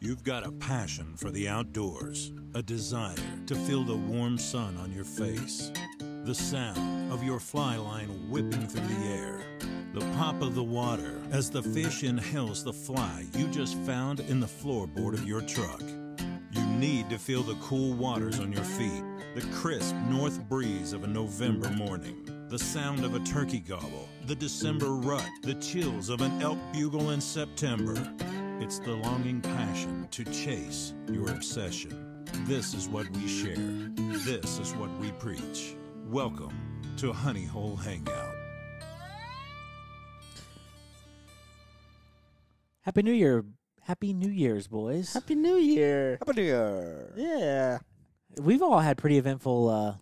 You've got a passion for the outdoors, a desire to feel the warm sun on your face, the sound of your fly line whipping through the air, the pop of the water as the fish inhales the fly you just found in the floorboard of your truck. You need to feel the cool waters on your feet, the crisp north breeze of a November morning, the sound of a turkey gobble, the December rut, the chills of an elk bugle in September. It's the longing passion to chase your obsession. This is what we share. This is what we preach. Welcome to Honey Hole Hangout. Happy New Year. Happy New Year's, boys. Happy New Year. Happy New Year. Yeah. We've all had pretty eventful uh,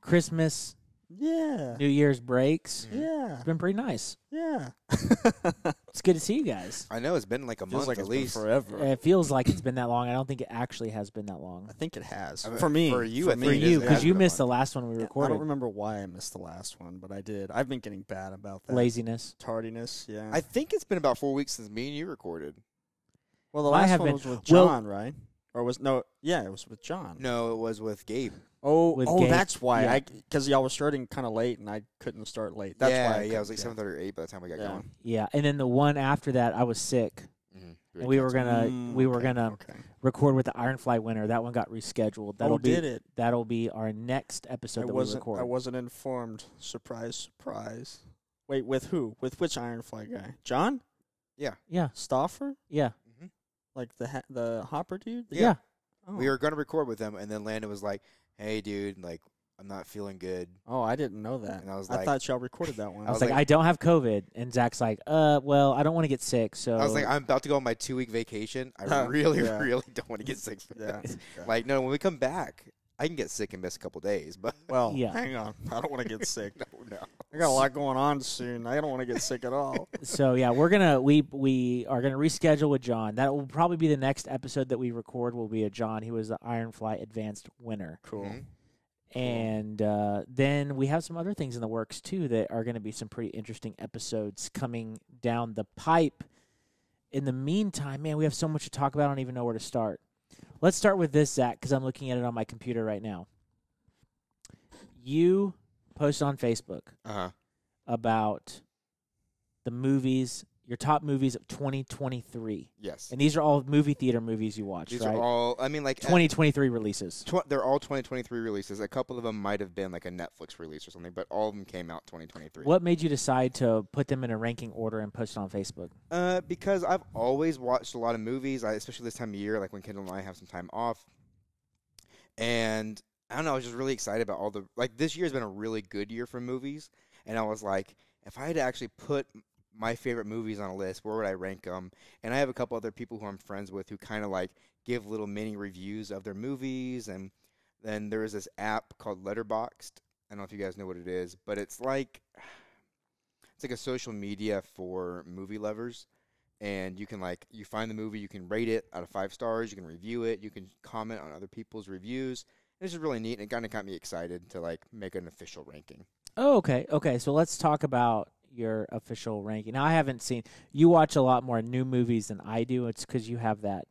Christmas, Yeah. New Year's breaks. Yeah. It's been pretty nice. Yeah. It's good to see you guys. I know it's been like a Feels month like at it's least. been forever. It feels like it's been that long. I don't think it actually has been that I long think it has. I mean, for me. for you, I for think it you is- it because has you been a missed the month. last one we I don't recorded. remember why I missed the last one, but I did. I've been getting bad about that. Laziness. Tardiness, yeah. I think it's been about four weeks since me and you recorded. well, the I last have one been- was with well- John, right? Or was no? Yeah, it was with John. No, it was with Gabe. Oh, With oh, Gabe. that's why. Yeah. I because y'all were starting kind of late, and I couldn't start late. That's yeah, why. I yeah, it was like couldn't, seven thirty or eight by the time we got Yeah. Mm-hmm. going. Yeah, and then the one after that, I was sick. Mhm. And we were gonna Mm, we were okay, gonna Okay. record with the Ironfly winner. That one got rescheduled. That'll oh, be did it? that'll be our next episode I that wasn't. we I record. wasn't informed. Surprise, surprise. Wait, with who? With which Ironfly guy? John yeah, Stoffer? yeah, Like the ha- the Hopper dude? yeah, Yeah. Oh. We were gonna record with them, and then Landon was like, "Hey, dude, like I'm not feeling good." Oh, I didn't know that. And I was I like- thought y'all recorded that one. I I was was like, like- I don't have COVID, and Zach's like, uh, well, I don't want to get sick, so I was like, "I'm about to go on my two week vacation. I Huh, really, yeah. really don't want to get sick." For yeah. that. Like, no, when we come back, I can get sick and miss a couple days, but Well, Yeah. hang on. I don't want to get sick. no, no. I got a lot going on soon. I don't want to get sick at all. so yeah, we're gonna we we are gonna reschedule with John. That will probably be the next episode that we record. Will be a John who is the Ironfly Advanced winner, Cool. Mhm. and uh, then we have some other things in the works too that are gonna be some pretty interesting episodes coming down the pipe. In the meantime, man, we have so much to talk about. I don't even know where to start. Let's start with this, Zach, because I'm looking at it on my computer right now. You posted on Facebook Uh Uh-huh. huh. about the movies, your top movies of 2023. Yes. And these are all movie theater movies you watched, These right? are all. I mean, like 2023 releases. Tw- they're all 2023 releases. A couple of them might have been like a Netflix release or something, but all of them came out 2023. What made you decide to put them in a ranking order and post it on Facebook? Uh, because I've always watched a lot of movies, I, especially this time of year, like when Kendall and I have some time off. And I don't know, I was just really excited about all the like this year has been a really good year for movies, and I was like, if I had to actually put m- my favorite movies on a list, where would I rank them? And I have a couple other people who I'm friends with who kind of like give little mini reviews of their movies, and then there is this app called Letterboxed. I don't know if you guys know what it is, but it's like it's like a social media for movie lovers and you can like you find the movie you can rate it out of five stars you can review it you can comment on other people's reviews this is really neat and it kind of got me excited to like make an official ranking Oh, okay. Okay. So let's talk about your official ranking. Now, I haven't seen, you watch a lot more new movies than I do. It's because you have that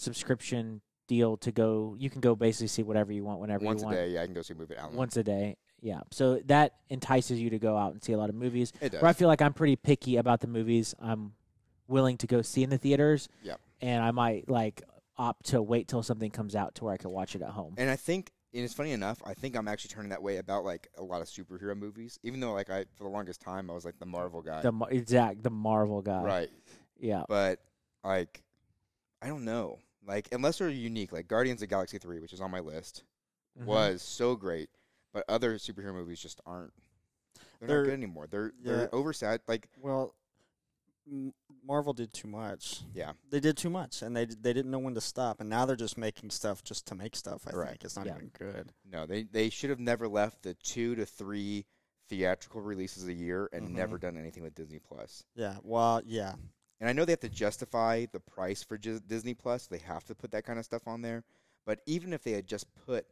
subscription deal to go, you can go basically see whatever you want whenever once you a want. day yeah i can go see a movie at Alamo. Once a day. Yeah. So that entices you to go out and see a lot of movies. it does where I feel like I'm pretty picky about the movies I'm willing to go see in the theaters. Yep. And I might like opt to wait till something comes out to where I can watch it at home. and i think and it's funny enough i think i'm actually turning that way about like a lot of superhero movies even though like i for the longest time i was like the marvel guy The Mar- exact the Marvel guy. right Yeah. but like i don't know like unless they're unique like guardians of the galaxy 3 which is on my list Mhm. Mm-hmm. was so great, but other superhero movies just aren't. They're, They're- not good anymore. They're yeah. they're oversat. Like Well, M- Marvel did too much. yeah, They did too much, and they d- they didn't know when to stop. And now they're just making stuff just to make stuff. I Right. think it's not Yeah. even good. no, they they should have never left the two to three theatrical releases a year and Mhm. never done anything with Disney Plus. Yeah. Well. Yeah. And I know they have to justify the price for Jis- Disney Plus. They have to put that kind of stuff on there. But even if they had just put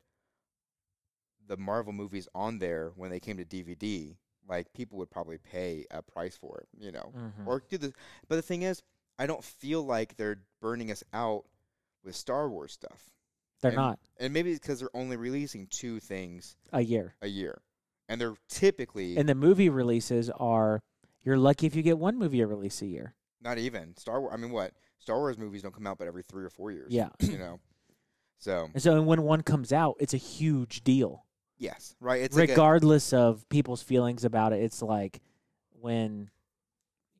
the Marvel movies on there when they came to DVD, like people would probably pay a price for it, you know. Mhm. or do this. But the thing is, I don't feel like they're burning us out with Star Wars stuff. They're And- not And maybe it's because they're only releasing two things a year. a year. And they're typically And the movie releases are you're lucky if you get one movie a release a year. not even Star Wars. I mean, what Star Wars movies don't come out but every three or four years. Yeah. you know. So And so and when one comes out, it's a huge deal. yes, right. It's like a- Regardless of people's feelings about it, it's like when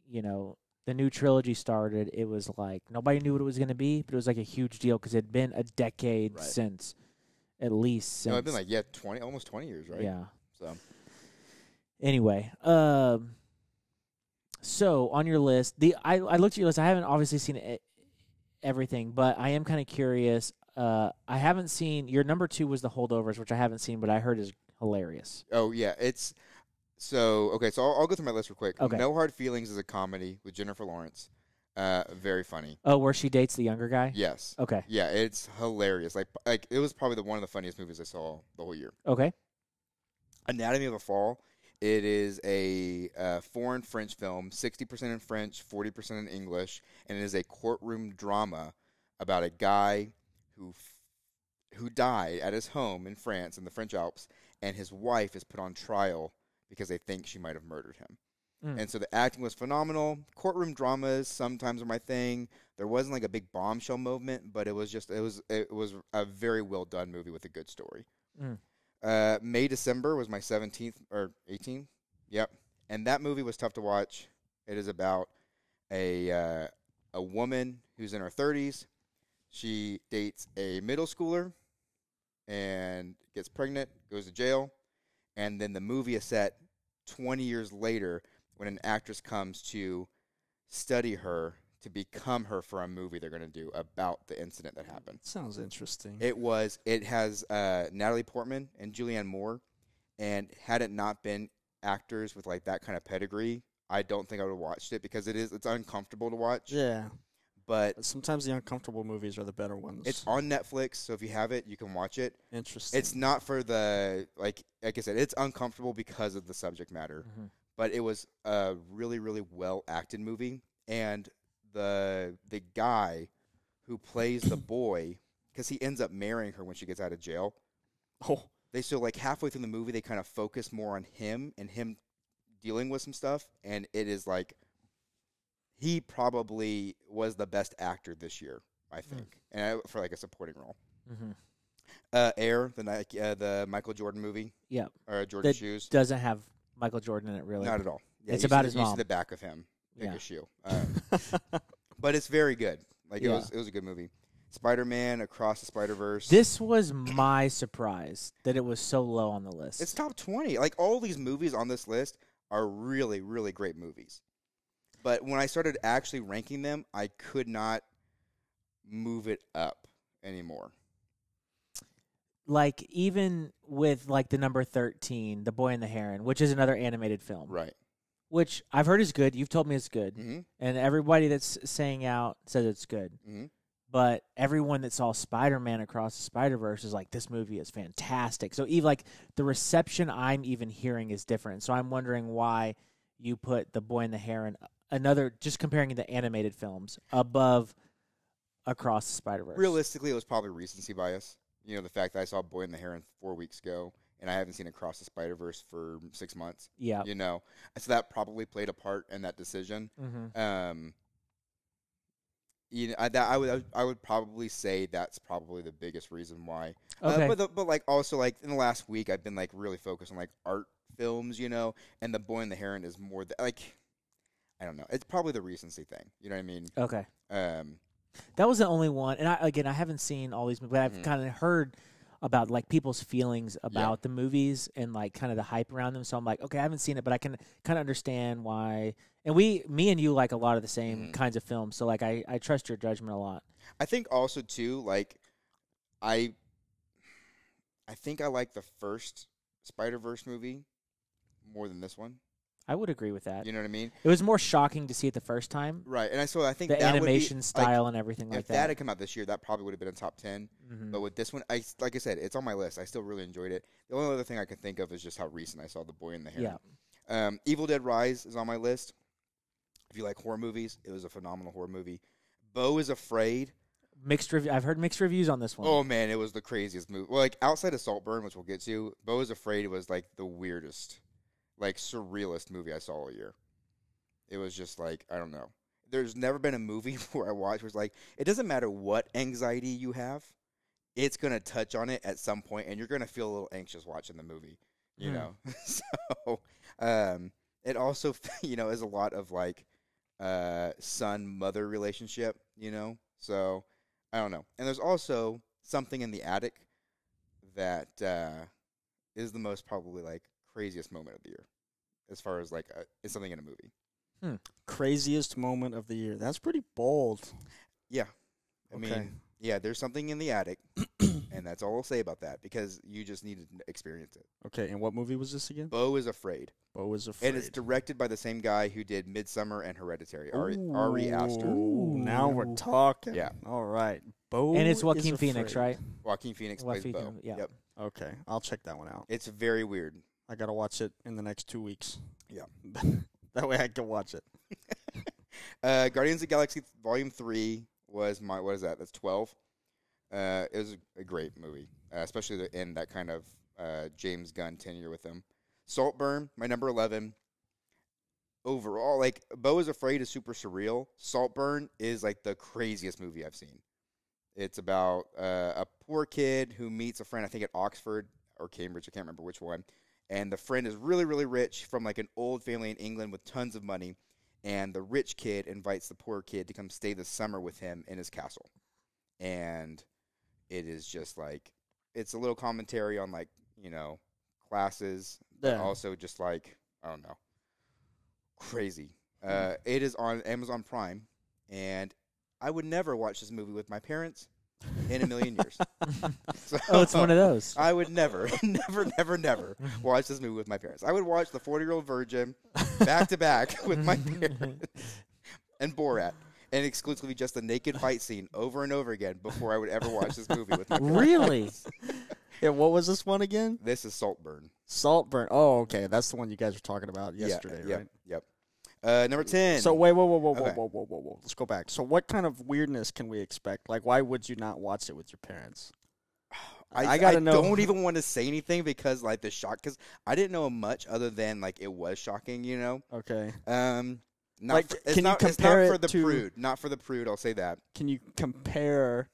you know the new trilogy started, it was like nobody knew what it was going to be, but it was like a huge deal because it had been a decade Right. since at least you since know, oh, I've been like yeah, twenty, almost twenty years, right? yeah. So Anyway, um, so on your list, the I, I looked at your list. I haven't obviously seen e- everything, but I am kind of curious. Uh, I haven't seen your number two was the holdovers, which I haven't seen, but I heard is hilarious. oh yeah, it's so okay. So I'll, I'll go through my list real quick. Okay. No hard feelings is a comedy with Jennifer Lawrence. Uh, very funny. Oh, where she dates the younger guy. Yes. Okay. Yeah, it's hilarious. Like like it was probably the one of the funniest movies I saw the whole year. Okay. Anatomy of a Fall. It is a uh, foreign French film, 60% in French, 40% in English, and it is a courtroom drama about a guy who f- who died at his home in France in the French Alps, and his wife is put on trial because they think she might have murdered him. Mm. And so the acting was phenomenal. Courtroom dramas sometimes are my thing. There wasn't like a big bombshell moment, but it was just it was it was a very well done movie with a good story. Mm. Uh, May December was my seventeenth or eighteenth. Yep, and that movie was tough to watch. It is about a uh, a woman who's in her thirties. She dates a middle schooler and gets pregnant, goes to jail, and then the movie is set twenty years later when an actress comes to study her to become her for a movie they're going to do about the incident that happened. Sounds interesting. It was. It has uh, Natalie Portman and Julianne Moore, and had it not been actors with like that kind of pedigree, I don't think I would have watched it because it is it's uncomfortable to watch. yeah. But But sometimes the uncomfortable movies are the better ones. it's on Netflix, so if you have it, you can watch it. interesting. It's not for the like like I said, it's uncomfortable because of the subject matter. Mhm. But it was a really really well acted movie, and the the guy who plays the boy because he ends up marrying her when she gets out of jail. oh, they so like halfway through the movie they kind of focus more on him and him dealing with some stuff and it is like he probably was the best actor this year i Hmm. think and I, for like a supporting role Mm-hmm. uh air the Nike, uh, the michael jordan movie Yeah. or jordan The- shoes Doesn't have Michael Jordan in it really. not at all yeah, It's you about see, his the- you see mom. the back of him pick Yeah. a shoe um, but it's very good like it Yeah. was it was a good movie spider-man across the spider-verse This was my surprise that it was so low on the list. It's top 20. Like all these movies on this list are really, really great movies. But when I started actually ranking them, I could not move it up anymore. like even with like the number thirteen, The Boy and the Heron, which is another animated film, Right. which I've heard is good. You've told me it's good. hmm and everybody that's saying out says it's good. hmm But everyone that saw Spider Man across the Spider Verse is like, this movie is fantastic. So, even like the reception I'm even hearing is different. So I'm wondering why you put The Boy and the Heron another just comparing the animated films above across the Spider Verse. Realistically, it was probably recency bias. You know, the fact that I saw Boy in the Heron four weeks ago and I haven't seen Across the Spider Verse for six months, Yeah. you know. So that probably played a part in that decision. Mm-hmm. Um, you know, I, that, I, would, I would probably say that's probably the biggest reason why Uh, Okay. but the, but like also like in the last week, I've been like really focused on like art films, you know. And the Boy and the Heron is more the, like I don't know. It's probably the recency thing. You know what I mean? okay. Um, That was the only one. And I, again, I haven't seen all these movies, but I've Mhm. kind of heard about like people's feelings about the movies and like kind of the hype around them. So I'm like, okay, I haven't seen it, but I can kind of understand why. And we, me and you, like a lot of the same Mhm. kinds of films. So like, I, I trust your judgment a lot. I think also too like I I think I like the first Spider Verse movie more than this one. I would agree with that. You know what I mean? It was more shocking to see it the first time, Right. And I so I think the that would be, animation like, style and everything If like that. had come out this year, that probably would have been a top ten. Mhm. But with this one, I s- like I said, it's on my list. I still really enjoyed it. The only other thing I can think of is just how recent I saw The Boy in the Hair. Yeah. Um, Evil Dead Rise is on my list. If you like horror movies, it was a phenomenal horror movie. Bo is Afraid mixed review. I've heard mixed reviews on this one. Oh man, it was the craziest movie. Well, like outside of Saltburn, which we'll get to, Bo is Afraid was like the weirdest, like surrealist movie I saw all year. It was just like I don't know. There's never been a movie where I watched where it's like it doesn't matter what anxiety you have, it's gonna touch on it at some point, and you're gonna feel a little anxious watching the movie. You Hmm. know, so um, it also you know is a lot of like uh, son mother relationship. You know, so I don't know. And there's also something in the attic that uh, is the most probably like craziest moment of the year, as far as like uh it's something in a movie. Craziest moment of the year. That's pretty bold. Yeah, I Okay. mean, yeah, there's something in the attic, and that's all I'll say about that because you just need to n- experience it. Okay, and what movie was this again? Bo is afraid, Bo was afraid. and it's directed by the same guy who did Midsummer and Hereditary, Ari, Ooh, Ari Aster, Now we're Ooh. talking. Yeah. All right. Bo and it's is Joaquin Phoenix, Afraid. right? Joaquin Phoenix plays Joaquin, Bo. yeah. Yep, Okay, I'll check that one out. it's very weird. I gotta watch it in the next two weeks. Yeah. that way I can watch it. Uh, Guardians of the Galaxy Volume Three was my what is that? That's twelve. Uh, it was a great movie, uh, especially the, in that kind of uh, James Gunn tenure with him. Saltburn, my number eleven. Overall, like Bo is Afraid is super surreal. Saltburn is like the craziest movie I've seen. It's about uh, a poor kid who meets a friend, I think at Oxford or Cambridge, I can't remember which one. And the friend is really, really rich from like an old family in England with tons of money and the rich kid invites the poor kid to come stay the summer with him in his castle and it is just like it's a little commentary on like you know classes but Yeah. also just like i don't know crazy Hmm. uh, it is on amazon prime and i would never watch this movie with my parents in a million years So- Oh, it's one of those. I would never, never, never, never watch this movie with my parents. I would watch The 40 Year Old Virgin back to back with my parents and Borat and exclusively just the naked fight scene over and over again before I would ever watch this movie with my parents. really? Yeah, what was this one again? This is Saltburn. Saltburn. Oh, okay, that's the one you guys were talking about Yeah, yesterday, yep, right? Yep. Uh, number 10. So wait, whoa, whoa, whoa, whoa, Okay. whoa, whoa, whoa, whoa. Let's go back. So what kind of weirdness can we expect? Like, why would you not watch it with your parents? I, I gotta I know. don't even want to say anything because, like, the shock, because I didn't know much other than, like, it was shocking, you know? Okay. Um, not Like, for, it's can you not, compare it's not for it the to- prude. Not for the prude, I'll say that. Can you compare?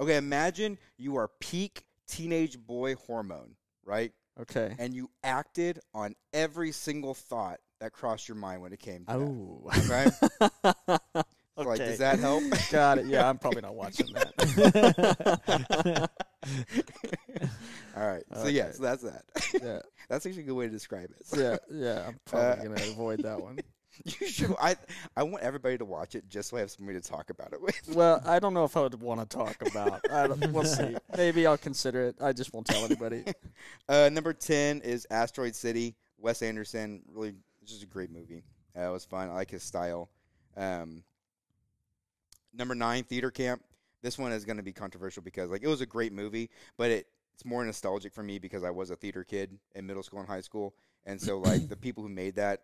Okay, imagine you are peak teenage boy hormone, right? Okay. And you acted on every single thought that crossed your mind when it came to that. Oh. Right? okay. Like, does that help? Got it. Yeah, I'm probably not watching that. All right. So yeah, Okay. so that's that. Yeah. that's actually a good way to describe it. Yeah, yeah. I'm Uh, probably gonna avoid that one. you should. I I want everybody to watch it just so I have somebody to talk about it with. Well, I don't know if I would want to talk about. I don't, we'll see. Maybe I'll consider it. I just won't tell anybody. Uh, number ten is Asteroid City. Wes Anderson. Really, it's just a great movie. Uh, it was fun. I like his style. Um, number nine, Theater Camp. This one is going to be controversial because like it was a great movie, but it it's more nostalgic for me because I was a theater kid in middle school and high school, and so like the people who made that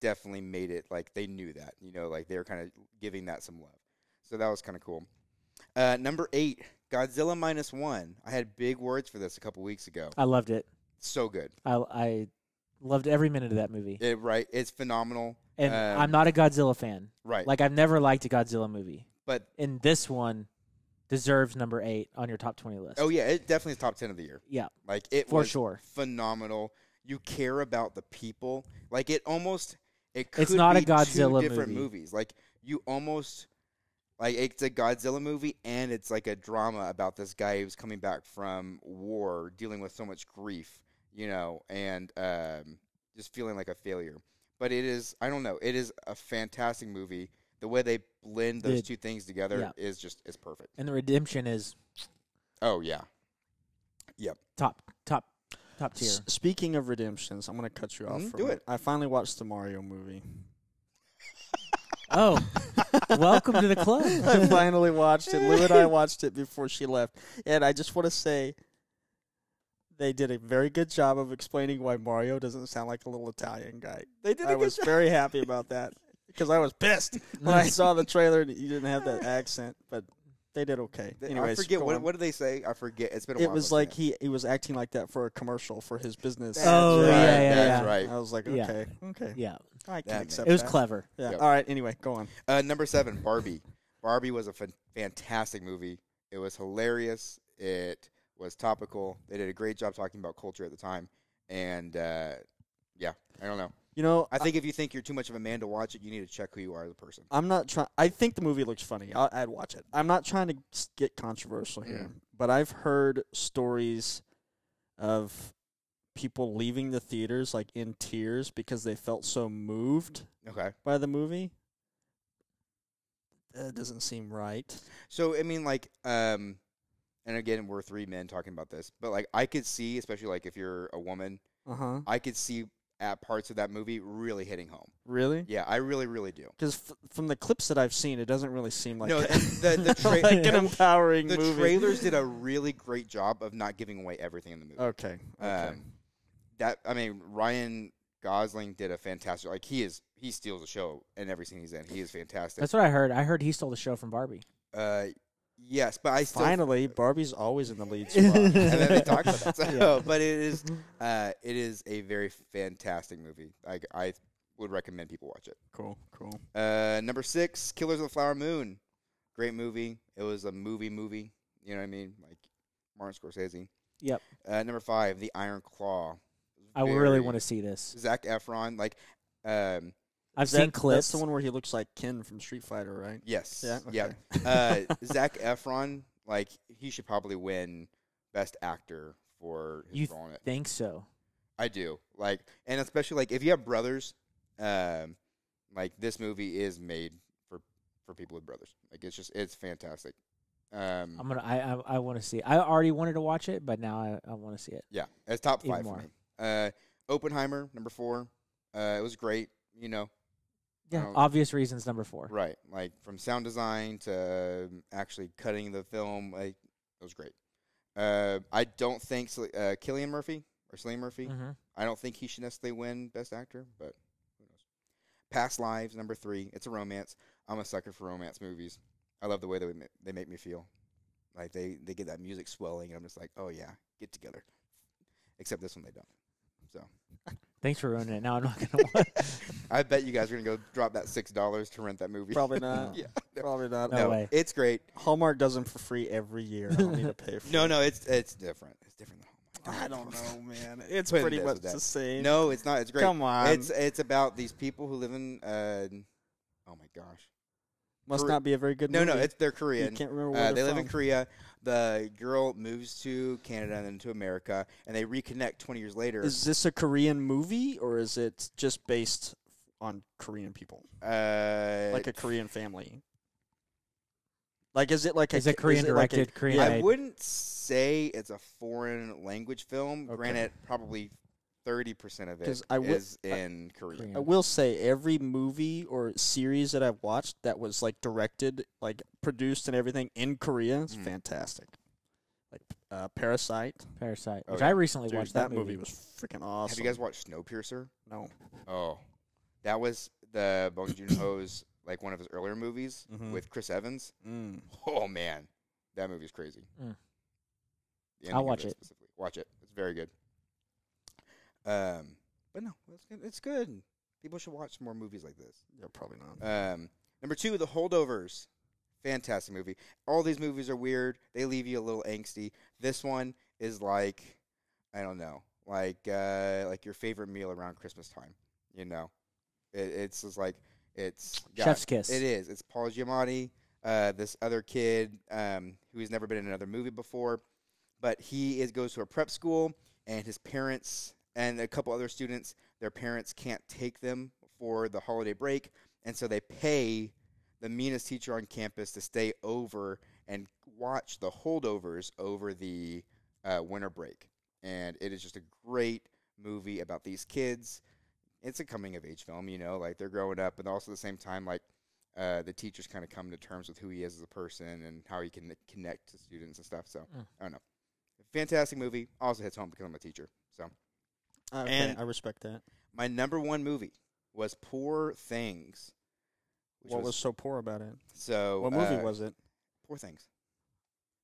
definitely made it like they knew that you know like they were kind of giving that some love, so that was kind of cool. Uh, number eight, Godzilla minus one. I had big words for this a couple weeks ago. I loved it. So good, I I loved every minute of that movie. it, right? It's phenomenal, And um, I'm not a Godzilla fan. right? Like I've never liked a Godzilla movie. but And this one deserves number 8 on your top 20 list. oh yeah, it definitely is top ten of the year. yeah. Like it For was sure. phenomenal. You care about the people. Like it almost it could It's not a be two Godzilla different movie. movies. Like you almost like it's a Godzilla movie and it's like a drama about this guy who's coming back from war, dealing with so much grief, you know, and um, just feeling like a failure. But it is I don't know, it is a fantastic movie. The way they blend those The- two things together yeah. is just is perfect. And the redemption is Oh yeah. top top top tier. S- speaking of redemptions, I'm gonna cut you off. Mhm, for a do minute. it. I finally watched the Mario movie. Oh, welcome to the club. I finally watched it. Lou and I watched it before she left, and I just want to say they did a very good job of explaining why Mario doesn't sound like a little Italian guy. They did a I good was job. very happy about that because I was pissed when I saw the trailer and you didn't have that accent, but they did okay. Th- Anyways, I forget go what on. what did they say? I forget. It's been a it while. was since I- like he, he was acting like that for a commercial for his business. That's Oh, right, yeah, yeah, that's yeah. right. I was like, Yeah. okay, okay, Yeah, I can That accept it was that. clever. Yeah. Yep. All right. Anyway, go on. Uh, number seven, Barbie. Barbie was a fan- fantastic movie. It was hilarious. It was topical. They did a great job talking about culture at the time. And uh, yeah, I don't know. You know, I think if you think you're too much of a man to watch it, you need to check who you are as a person. I'm not trying. I think the movie looks funny. I- I'd watch it. I'm not trying to s- get controversial here, but I've heard stories of people leaving the theaters like in tears because they felt so moved Okay. by the movie. That doesn't seem right. So I mean, like, um, and again, we're three men talking about this, but like, I could see, especially like if you're a woman, Uh huh. I could see at parts of that movie really hitting home. Really? Yeah, I really, really do. Because f- from the clips that I've seen, it doesn't really seem like No, that. the- the tra- like an empowering The movie. trailers did a really great job of not giving away everything in the Oh. movie. Okay. Okay. Um, that I mean, Ryan Gosling did a fantastic. Like he is, he steals the show in every scene he's in. He is fantastic. That's what I heard. I heard he stole the show from Barbie. Uh, yes, but I still. Finally, Barbie's always in the lead spot. and then they talk about that. So, Yeah. But it is, uh, it is a very fantastic movie. Like I would recommend people watch it. cool. Cool. Uh, number six, Killers of the Flower Moon. Great movie. It was a movie movie. You know what I mean? Like Martin Scorsese. Yep. Uh, number five, The Iron Claw. I really Very- want to see this. Zach Efron, like, um, I've That- seen That's clips. the one where he looks like Ken from Street Fighter, right? yes, Yeah, yeah. Uh, Zach Efron, like, he should probably win Best Actor for his You role in it. Think so. I do, like, and especially like if you have brothers, um, like this movie is made for for people with brothers. Like, it's just it's fantastic. Um, I'm gonna. I I, I want to see. It. I already wanted to watch it, but now I, I want to see it. Yeah, it's top Even five for more. me. Uh, Oppenheimer, number four. Uh, it was great, you know. Yeah. Oh. Obvious reasons number four. Right, like from sound design to um, actually cutting the film, like it was great. Uh, I don't think Cel- uh, Killian Murphy or Cillian Murphy. hmm I don't think he should necessarily win Best Actor, but who knows? Past Lives, number three. It's a romance. I'm a sucker for romance movies. I love the way that we ma- they make me feel. Like they they get that music swelling, and I'm just like, oh yeah, get together. Except this one they don't. So Thanks for ruining it. Now I'm not gonna watch. I bet you guys are gonna go drop that six dollars to rent that movie. Probably not. yeah. Probably not. No way. It's great. Hallmark does them for free every year. I don't need to pay for No, it. no, it's it's different. It's different than Hallmark. I don't know, man. It's Quentin pretty does much that. the same. No, it's not. It's great. Come on. It's it's about these people who live in. Uh, oh my gosh. Must Kore- not be a very good No, movie. no, it's they're You Korean. can't remember where Uh, they're they live from. in Korea. The girl moves to Canada and then to America, and they reconnect 20 years later. Is this a Korean movie or is it just based on Korean people? uh, Like a Korean family? Like, is it like Is a it Korean is like a- directed? Korean yeah, I made? wouldn't say it's a foreign language film. Okay. Granted, probably 30% of it 'Cause is I would- in Korea. Korean. I will say every movie or series that I've watched that was like directed, like produced and everything in Korea is Mm. fantastic. Like uh, Parasite, Parasite, Oh, which yeah. I recently Dude, watched. that, movie. was freaking awesome. Have you guys watched Snowpiercer? no? Oh, that was the Bong Joon Ho's like one of his earlier movies Mhm. with Chris Evans. Mm. Oh man, that movie's crazy. Mm. I'll The ending of watch it. specifically. Watch it. It's very good. Um, but no, it's good. It's good. People should watch more movies like this. Yeah, probably not. Um, number two, The Holdovers. Fantastic movie. All these movies are weird. They leave you a little angsty. This one is like, I don't know, like uh, like your favorite meal around Christmas time. You know, it, it's just like it's got- Chef's Kiss. It is. It's Paul Giamatti, uh, this other kid um, who has never been in another movie before, but he is goes to a prep school, and his parents and a couple other students, their parents can't take them for the holiday break, and so they pay the meanest teacher on campus to stay over and watch the holdovers over the uh, winter break. And it is just a great movie about these kids. It's a coming of age film, you know, like they're growing up, but also at the same time, like uh, the teachers kind of come to terms with who he is as a person and how he can connect to students and stuff. So Hmm. Mm. I don't know. Fantastic movie. Also hits home because I'm a teacher. So Okay, and- I respect that. my number one movie was Poor Things. Which what was, was, so poor about it? so? what movie uh, was it? Poor Things?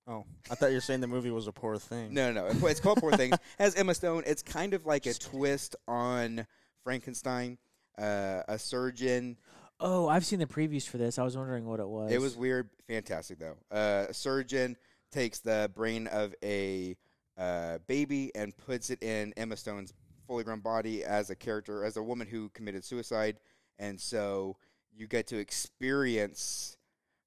Oh, I thought you were saying the movie was a poor thing. No, no, no. It's called Poor Things. Has Emma Stone. It's kind of like a twist on Frankenstein. Uh, a surgeon. Oh, I've seen the previews for this. I was wondering what it was. It was weird. Fantastic though. Uh, a surgeon takes the brain of a uh, baby and puts it in Emma Stone's fully grown body as a character, as a woman who committed suicide, and so you get to experience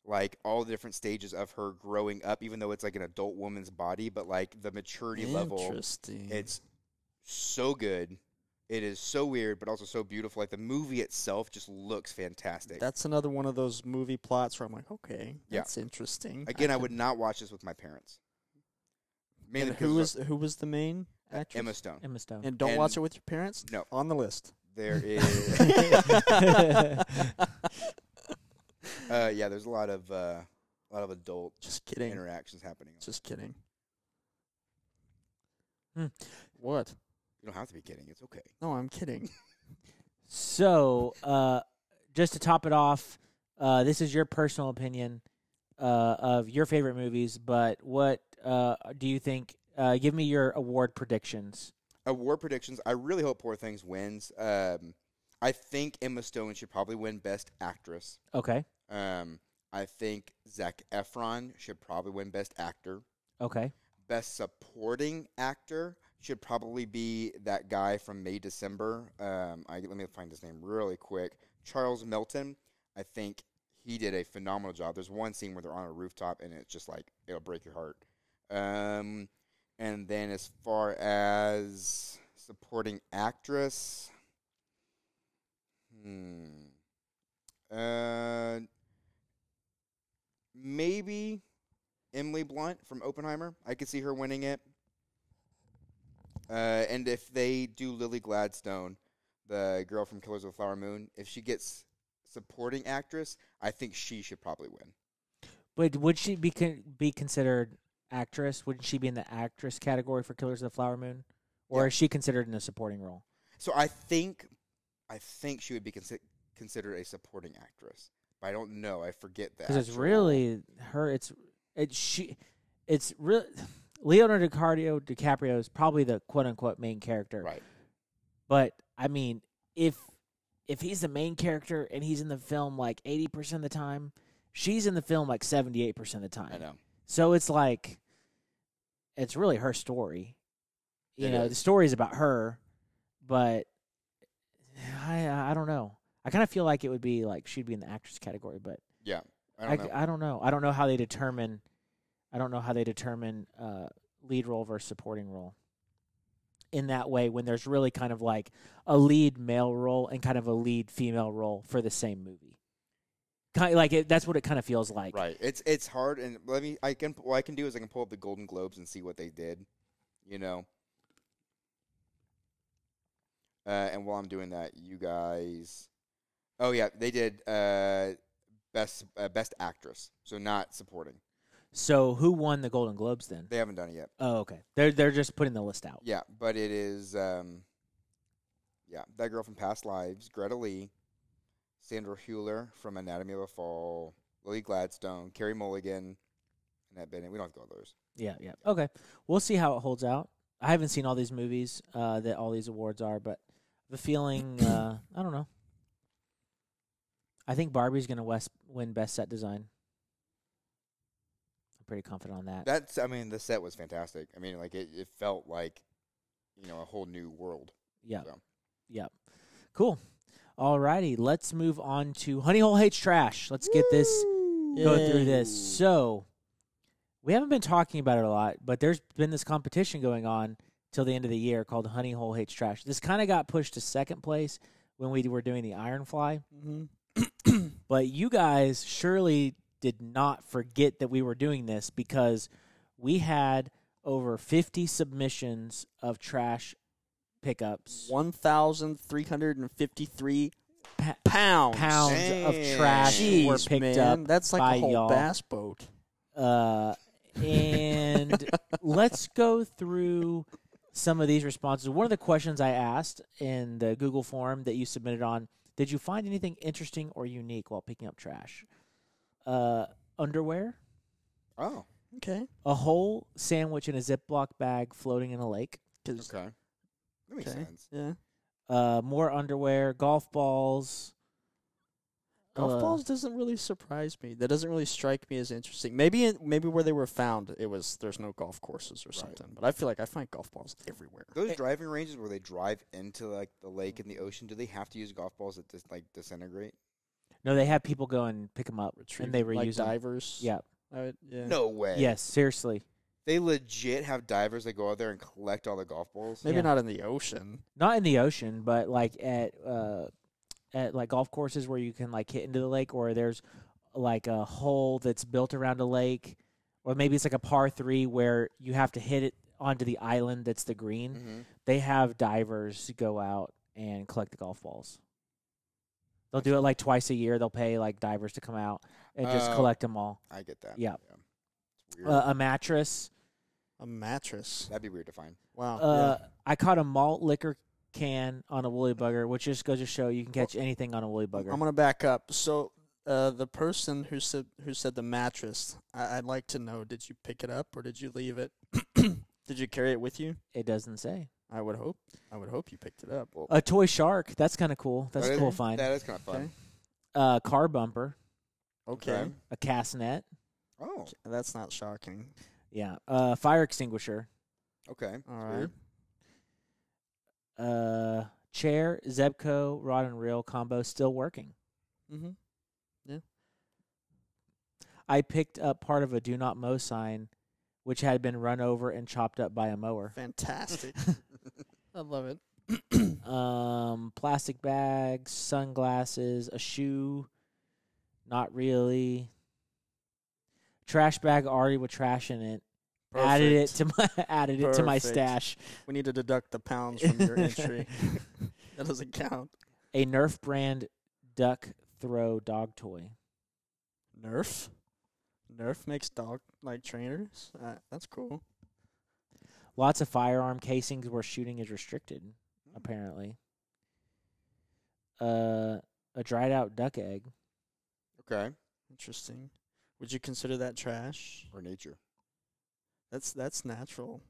like all the different stages of her growing up, even though it's like an adult woman's body, but like the maturity level Interesting. It's so good. It is so weird, but also so beautiful. Like the movie itself just looks fantastic. That's another one of those movie plots where I'm like, okay, Yeah. that's interesting. Again, I could- would not watch this with my parents. Mainly And because who of was who was the main actress? Emma Stone. Emma Stone. And don't watch and- it with your parents. No. on the list. There is, uh, yeah, there's a lot of uh, a lot of adult Just kidding. interactions happening. Just kidding. Hmm. What? You don't have to be kidding. It's okay. No, I'm kidding. so, uh, just to top it off, uh, this is your personal opinion uh, of your favorite movies. But what uh, do you think? Uh, give me your award predictions. Award Uh, predictions. I really hope Poor Things wins. Um, I think Emma Stone should probably win Best Actress. Okay. Um, I think Zach Efron should probably win Best Actor. Okay. Best Supporting Actor should probably be that guy from May December. Um, I let me find his name really quick. Charles Melton. I think he did a phenomenal job. There's one scene where they're on a rooftop and it's just like it'll break your heart. Um, and then as far as supporting actress, hmm, uh, maybe Emily Blunt from Oppenheimer. I could see her winning it. Uh, and if they do Lily Gladstone, the girl from Killers of the Flower Moon, if she gets supporting actress, I think she should probably win. But would she be con- be considered actress? Wouldn't she be in the actress category for Killers of the Flower Moon, or Yeah. is she considered in a supporting role? So I think, I think she would be consi- considered a supporting actress. But I don't know. I forget that. Because it's really her. It's it's she. It's really Leonardo DiCaprio. DiCaprio is probably the quote unquote main character. right. But I mean, if if he's the main character and he's in the film like eighty percent of the time, she's in the film like seventy eight percent of the time. I know. So it's like, it's really her story. You It know, the is. story is about her, but I I don't know. I kind of feel like it would be like she'd be in the actress category, but Yeah. I I, don't know. I don't know. I don't know how they determine. I don't know how they determine uh, lead role versus supporting role. In that way, when there's really kind of like a lead male role and kind of a lead female role for the same movie, kind like it, that's what it kind of feels like. Right. It's it's hard, and let me. I can. What I can do is I can pull up the Golden Globes and see what they did. You know. Uh, and while I'm doing that, you guys. Oh yeah, they did uh, best uh, best actress, so not supporting. So, who won the Golden Globes then? They haven't done it yet. Oh, okay. They're they're just putting the list out. Yeah, but it is. Um, yeah, that girl from Past Lives, Greta Lee, Sandra Hewler from Anatomy of a Fall, Lily Gladstone, Carrie Mulligan, Annette Bennett. We don't have to go with those. Yeah, yeah. Okay. We'll see how it holds out. I haven't seen all these movies uh, that all these awards are, but the feeling, uh, I don't know. I think Barbie's going to west- win Best Set Design. I'm pretty confident on that. That's I mean the set was fantastic. I mean like it, it felt like you know a whole new world. yeah. so. Yep. Cool. Alrighty, let's move on to Honey Hole Hates Trash. Let's get this go through this. So we haven't been talking about it a lot, but there's been this competition going on till the end of the year called Honey Hole Hates Trash. This kind of got pushed to second place when we were doing the Iron Fly, Mhm. but you guys surely did not forget that we were doing this because we had over 50 submissions of trash pickups, One thousand three hundred and fifty-three pa- pounds. pounds of Damn. trash Jeez, were picked man, up. That's like by a whole y'all. bass boat. Uh, and let's go through some of these responses. One of the questions I asked in the Google form that you submitted on Did you find anything interesting or unique while picking up trash? Uh, underwear, Oh, Okay. a whole sandwich in a Ziploc bag floating in a lake, okay. That makes okay. sense. Yeah. uh, more underwear, golf balls. Golf uh, balls doesn't really surprise me. That doesn't really strike me as interesting. Maybe it, maybe where they were found, it was there's no golf courses or Right. something. But I feel like I find golf balls everywhere. Those Eh. driving ranges where they drive into like the lake and the ocean, do they have to use golf balls that just like disintegrate? No, they have people go and pick them up, Retrieve and they reuse like 'em. divers. Yeah. I would, yeah. No way. Yes, seriously. They legit have divers that go out there and collect all the golf balls. Maybe Yeah. not in the ocean. Not in the ocean, but like at uh, at like golf courses where you can like hit into the lake, or there's like a hole that's built around a lake, or maybe it's like a par three where you have to hit it onto the island that's the green. Mm-hmm. They have divers go out and collect the golf balls. They'll do it like twice a year. They'll pay like divers to come out and just Oh. collect them all. I get that. Yeah. It's weird. Uh, a mattress. A mattress. That'd be weird to find. Wow. Uh, I caught a malt liquor can on a woolly bugger, which just goes to show you can catch anything on a woolly yeah. bugger. I'm gonna back up. So uh, the person who said who said the mattress, I- I'd like to know: Did you pick it up or did you leave it? did you carry it with you? it doesn't say. I would hope. I would hope you picked it up. Well, A toy shark. That's kind of cool. That's that a is- cool find. That is kind of fun. uh, car bumper. Okay, Okay. A cassnet. Oh, K- that's not shocking. Yeah. Uh, fire extinguisher. okay. All That's right. weird. Uh, chair. Zebco rod and reel combo still working. Mm-hmm. I picked up part of a do not mow sign, which had been run over and chopped up by a mower. Fantastic. I love it. um, plastic bags, sunglasses, a shoe. Not really. Trash bag already with trash in it. Added it to my added it to my Perfect. stash. We need to deduct the pounds from your entry. that doesn't count. A Nerf brand duck throw dog toy. Nerf. Nerf makes dog like trainers. Uh, that's cool. Lots of firearm casings where shooting is restricted, apparently. Uh, a dried out duck egg. Okay. Interesting. Would you consider that trash? Or nature. That's that's natural.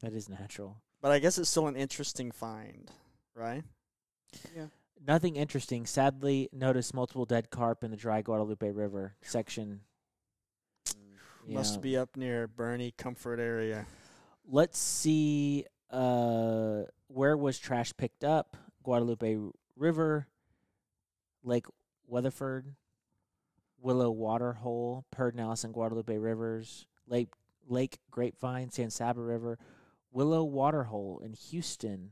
That is natural. But I guess it's still an interesting find, right? Nothing interesting. Sadly, noticed multiple dead carp in the dry Guadalupe River section. Yeah. Must be up near Bernie Comfort area. Let's see. Uh, where was trash picked up? Guadalupe River, Lake Weatherford, Willow Water Hole, Perd Nellis and Guadalupe Rivers, Lake Lake Grapevine, San Saba River, Willow Water Hole in Houston,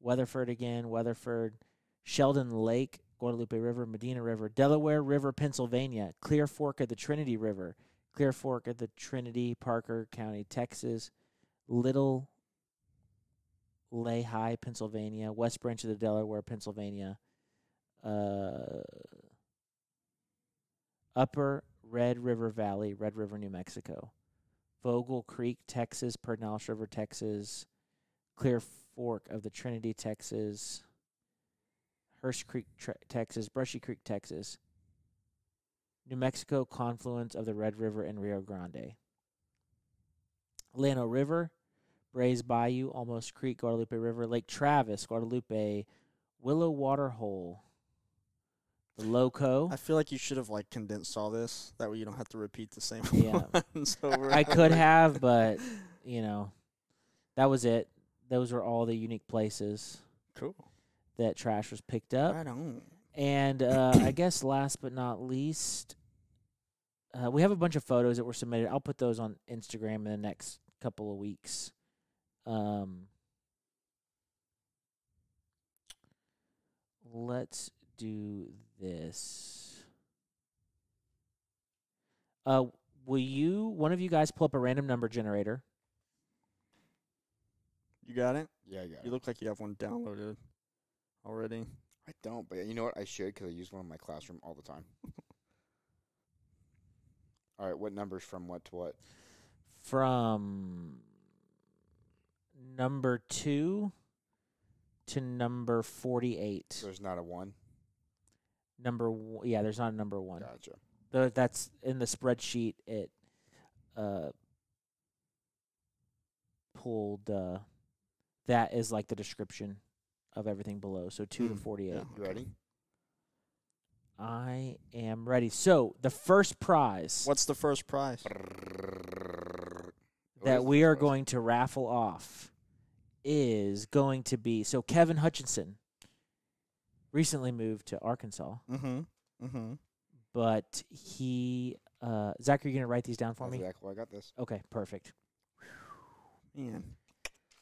Weatherford again, Weatherford, Sheldon Lake, Guadalupe River, Medina River, Delaware River, Pennsylvania, Clear Fork of the Trinity River, Clear Fork of the Trinity, Parker County, Texas, Little Lehigh, Pennsylvania, West Branch of the Delaware, Pennsylvania, uh, Upper Red River Valley, Red River, New Mexico, Vogel Creek, Texas, Pernales River, Texas, Clear Fork of the Trinity, Texas, Hearst Creek, tre- Texas, Brushy Creek, Texas, New Mexico confluence of the Red River and Rio Grande. Llano River, Braze Bayou, Almost Creek, Guadalupe River, Lake Travis, Guadalupe, Willow Waterhole, the Loco. I feel like you should have like condensed all this. That way you don't have to repeat the same Yeah. ones over. and I could over. have, but you know, that was it. Those were all the unique places Cool. that trash was picked up. Right on. And uh, I guess last but not least, uh, we have a bunch of photos that were submitted. I'll put those on Instagram in the next couple of weeks. Um, let's do this. Uh, will you, one of you guys, pull up a random number generator? You got it. Yeah, yeah. You look like you have one downloaded already. I don't, but you know what? I should because I use one in my classroom all the time. all right. What numbers from what to what? from number two to number 48. There's not a one. Number w- yeah, there's not a number 1. Gotcha. Though that's in the spreadsheet it uh pulled uh that is like the description of everything below. So 2 to Hmm, 48. yeah. You ready? I am ready. So, the first prize What's the first prize? What that is we this are one? going to raffle off is going to be so Kevin Hutchinson recently moved to Arkansas, Mm-hmm. Mm-hmm. but he uh Zach, are you gonna write these down for That's me? exactly why I got this. Okay, perfect. Man,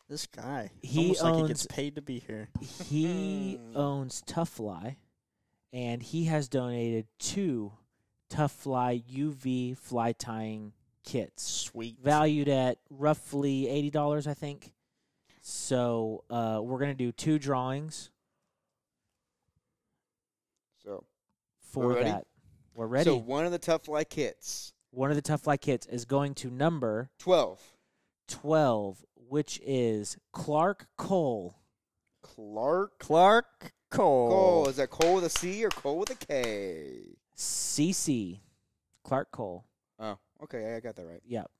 this guy. It's He almost like he owns- gets paid to be here. He owns Tough Fly and he has donated two Tough Fly UV fly tying kits. Sweet. valued at roughly eighty dollars, I think. So uh, we're gonna do two drawings So, for We're ready? that. We're ready. so one of the tough fly kits, One of the tough fly kits is going to number twelve. twelve, which is Clark Cole. Clark Clark Cole. Cole. Is that Cole with a C or Cole with a K? CC. Clark Cole. Oh, okay, I got that right. Yep.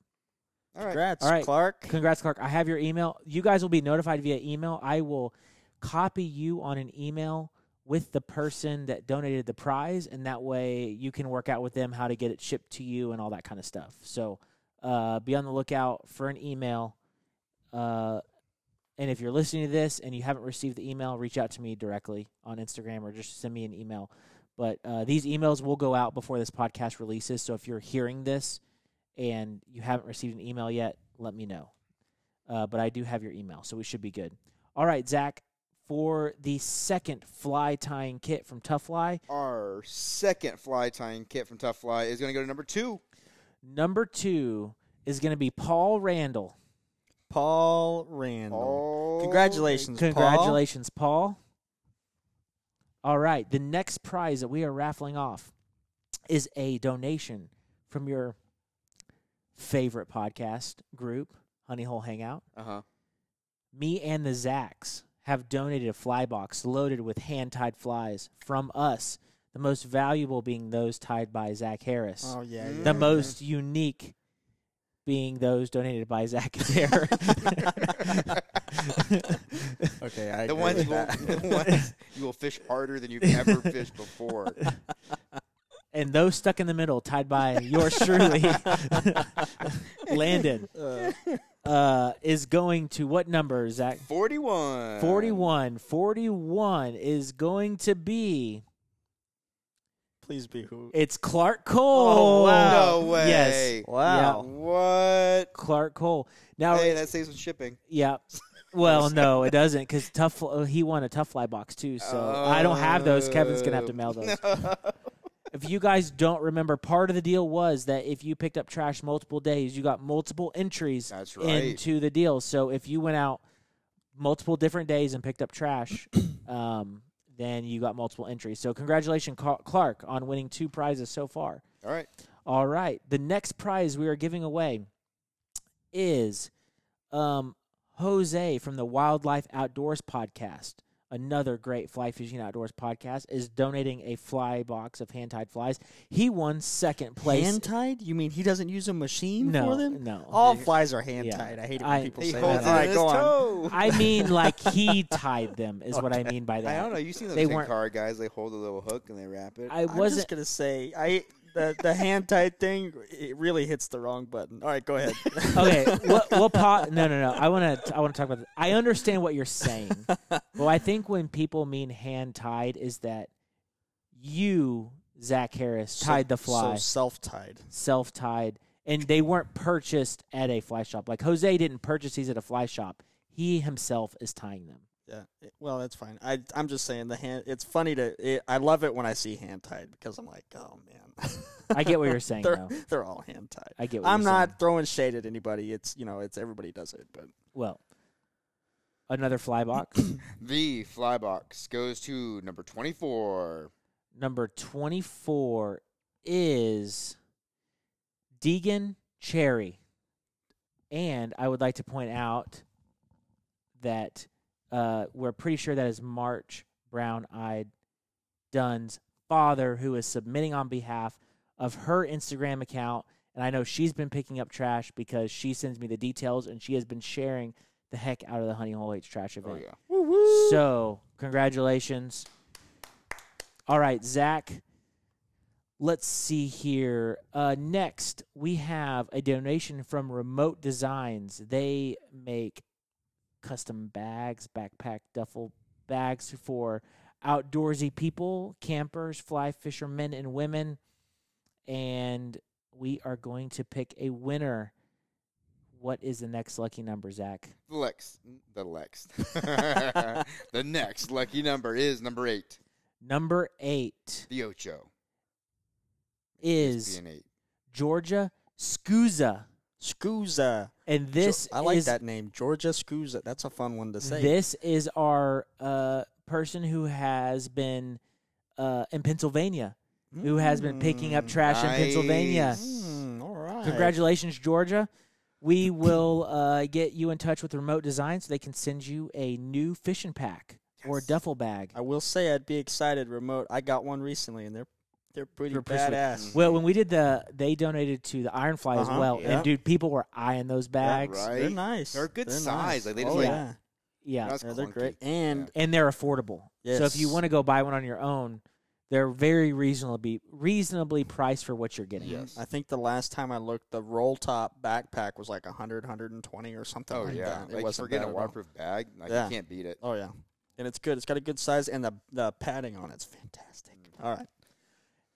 All right. Congrats, All right. Clark. Congrats, Clark. I have your email. You guys will be notified via email. I will copy you on an email with the person that donated the prize, and that way you can work out with them how to get it shipped to you and all that kind of stuff. So uh, be on the lookout for an email. Uh, and if you're listening to this and you haven't received the email, reach out to me directly on Instagram or just send me an email. But uh, these emails will go out before this podcast releases. So if you're hearing this and you haven't received an email yet, let me know. Uh, but I do have your email, so we should be good. All right, Zach, for the second fly tying kit from Tough Fly, Our second fly tying kit from Tough Fly is going to go to number two. number two is going to be Paul Randall. Paul Randall. All Congratulations, Paul. Congratulations, Paul. All right. The next prize that we are raffling off is a donation from your favorite podcast group, Honey Hole Hangout. Uh huh. Me and the Zacks have donated a fly box loaded with hand tied flies from us, the most valuable being those tied by Zach Harris. Oh yeah. The the yeah. most unique being those donated by Zach Adair. Okay, I The agree ones, with you will, that. the ones you will fish harder than you've ever fished before. and those stuck in the middle, tied by yours truly, Landon, Uh, uh, is going to what number, Zach? 41. 41. 41 is going to be. please be who. It's Clark Cole. Oh, wow. No way. Yes. Wow. What? Clark Cole. Now, Hey, that saves some shipping. yeah. Well, no, it doesn't because tough. Fl- uh, he won a tough fly box too, so I don't have those. Kevin's gonna have to mail those. Oh. if you guys don't remember, part of the deal was that if you picked up trash multiple days, you got multiple entries That's right. into the deal. So if you went out multiple different days and picked up trash, um, then you got multiple entries. So congratulations, Car- Clark, on winning two prizes so far. All right. All right, the next prize we are giving away is um, Jose from the Wildlife Outdoors podcast. Another great fly fishing outdoors podcast is donating a fly box of hand tied flies. He won second place. Hand tied? You mean he doesn't use a machine no, for them? no. All flies are hand Yeah. tied. I hate it when I- people He say holds that. it All in right, his go on. toe. I mean, like he tied them is what I mean by that. I don't know. You seen those They big weren't- car guys? They hold a little hook and they wrap it. I I'm just wasn't. gonna say I the the hand tied thing. It really hits the wrong button. All right, go ahead. okay, what what pa- no no no. I want to I want to talk about this. I understand what you're saying. well, I think when people mean hand tied is that you Zach Harris tied the fly, So self tied. self tied, and they weren't purchased at a fly shop. Like Jose didn't purchase these at a fly shop. He himself is tying them. Yeah. it- Well, that's fine. I I'm just saying the hand. It's funny to. It, I love it when I see hand tied because I'm like, oh man. I get what you're saying, they're though. they're all hand tied. I get. What I'm you're not saying. throwing shade at anybody. It's you know, it's everybody does it, but Well, another fly box. The fly box goes to number 24. number 24 is Deegan Cherry. And I would like to point out that uh, we're pretty sure that is March Brown Eyed Dunn's father who is submitting on behalf of her Instagram account. And I know she's been picking up trash because she sends me the details and she has been sharing the heck out of the Honey Hole H trash event. Oh yeah. Woo woo. So, congratulations. All right, Zach. Let's see here. Uh, next, we have a donation from Remote Designs. They make custom bags, backpack, duffel bags for outdoorsy people, campers, fly fishermen, and women. And we are going to pick a winner. What is the next lucky number, Zach? The Lex. The Lex. the next lucky number is number eight. Number eight The Ocho. is. Being eight. Georgia Scusa. Scusa. And Jo- this I like is that name, Georgia Scusa. That's a fun one to say. this is our uh, person who has been uh, in Pennsylvania, who has been picking up Mm, trash in Pennsylvania. nice. mm, all right. Congratulations, Georgia. We will uh, get you in touch with Remote Design so they can send you a new fishing pack or Yes. duffel bag. I will say I'd be excited. Remote. I got one recently, and they're they're pretty They're pretty sweet. badass. Well, when we did the, they donated to the Ironfly as Uh-huh, well, yeah. and dude, people were eyeing those bags. right. They're nice. They're good nice. size, like, they just, oh, like, yeah. Yeah, That's Yeah, they're clunky. great. And and they're affordable. So if you Yes. want to go buy one on your own, they're very reasonably reasonably priced for what you're getting. Yes. I think the last time I looked, the roll top backpack was like 100, 120 or something Oh like yeah. that. Like it you wasn't forget bad a at all. waterproof bag. Like Yeah. you can't beat it. Oh yeah, and it's good. It's got a good size, and the the padding on it's fantastic. Mm. All right,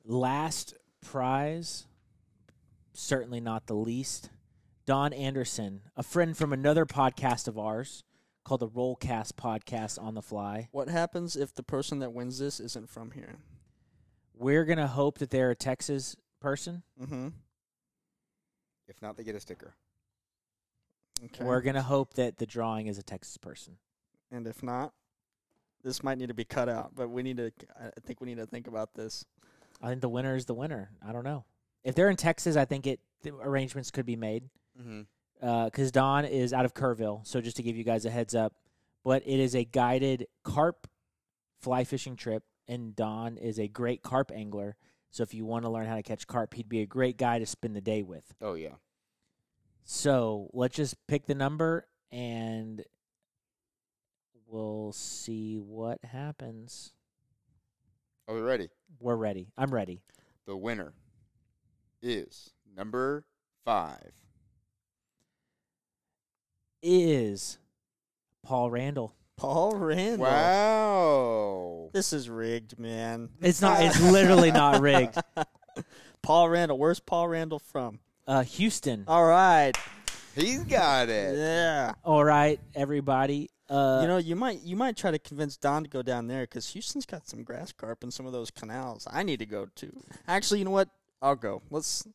Last prize, certainly not the least. Don Anderson, a friend from another podcast of ours called the Rollcast Podcast on the Fly. what happens if the person that wins this isn't from here? We're gonna hope that they're a Texas person. Mm-hmm. If not, they get a sticker. Okay. We're gonna hope that the drawing is a Texas person. And if not, this might need to be cut out. But we need to. I think we need to think about this. I think the winner is the winner. I don't know if they're in Texas. I think it the arrangements could be made. Mm-hmm. because uh, Don is out of Kerrville. So just to give you guys a heads up, but it is a guided carp fly fishing trip, and Don is a great carp angler. So if you want to learn how to catch carp, he'd be a great guy to spend the day with. Oh yeah. So let's just pick the number and we'll see what happens. Are we ready? We're ready. I'm ready. The winner is number five. Is Paul Randall. Paul Randall. Wow. This is rigged, man. It's not it's literally not rigged. Paul Randall. Where's Paul Randall from? Uh Houston. All right. He's got it. Yeah. All right, everybody. Uh you know, you might you might try to convince Don to go down there because Houston's got some grass carp and some of those canals. I need to go too. Actually, you know what? I'll go. Let's.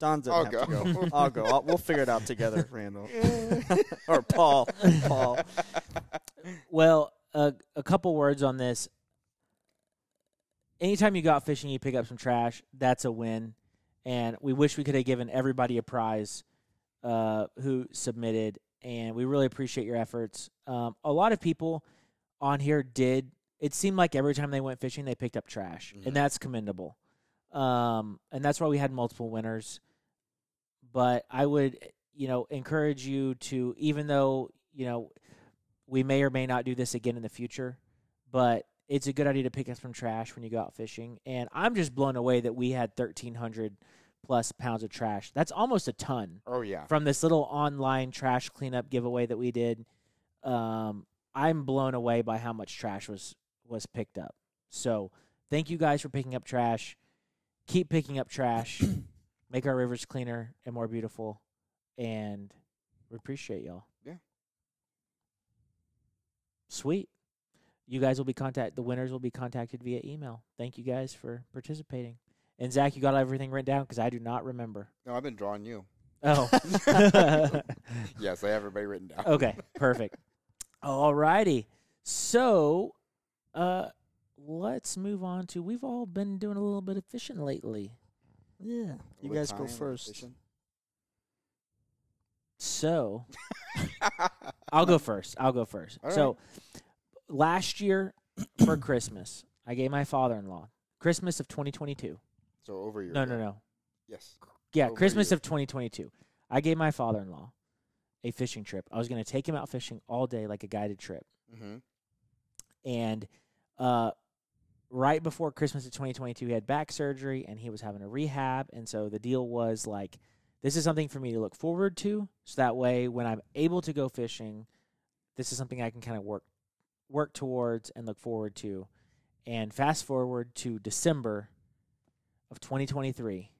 Don doesn't I'll have to go. go. I'll go. I'll, we'll figure it out together, Randall or Paul. Paul. Well, a, a couple words on this. Anytime you go out fishing, you pick up some trash. That's a win, and we wish we could have given everybody a prize uh, who submitted. And we really appreciate your efforts. Um, a lot of people on here did. It seemed like every time they went fishing, they picked up trash, Mhm. and that's commendable. Um, and that's why we had multiple winners. But I would, you know, encourage you to, even though you know we may or may not do this again in the future, but it's a good idea to pick up some trash when you go out fishing. And I'm just blown away that we had 1,300 plus pounds of trash. That's almost a ton Oh yeah. from this little online trash cleanup giveaway that we did. Um, I'm blown away by how much trash was was picked up. So thank you guys for picking up trash. Keep picking up trash. Make our rivers cleaner and more beautiful. And we appreciate y'all. Yeah. Sweet. You guys will be contact the winners will be contacted via email. Thank you guys for participating. And Zach, you got everything written down because I do not remember. No, I've been drawing you. Oh. Yes, I have everybody written down. okay, perfect. All righty. So, uh let's move on to we've all been doing a little bit of fishing lately. Yeah. You With guys go time and first. fishing. So, I'll go first. I'll go first. All So last year for Christmas, I gave my father in law Christmas of 2022. so over your No, no, no. Yes. Yeah, Over a Christmas year. of 2022. I gave my father in law a fishing trip. I was going to take him out fishing all day, like a guided trip. Mm-hmm. And uh, right before Christmas of 2022, he had back surgery and he was having a rehab. And so the deal was like, this is something for me to look forward to. So that way, when I'm able to go fishing, this is something I can kind of work work towards and look forward to. And fast forward to December of 2023,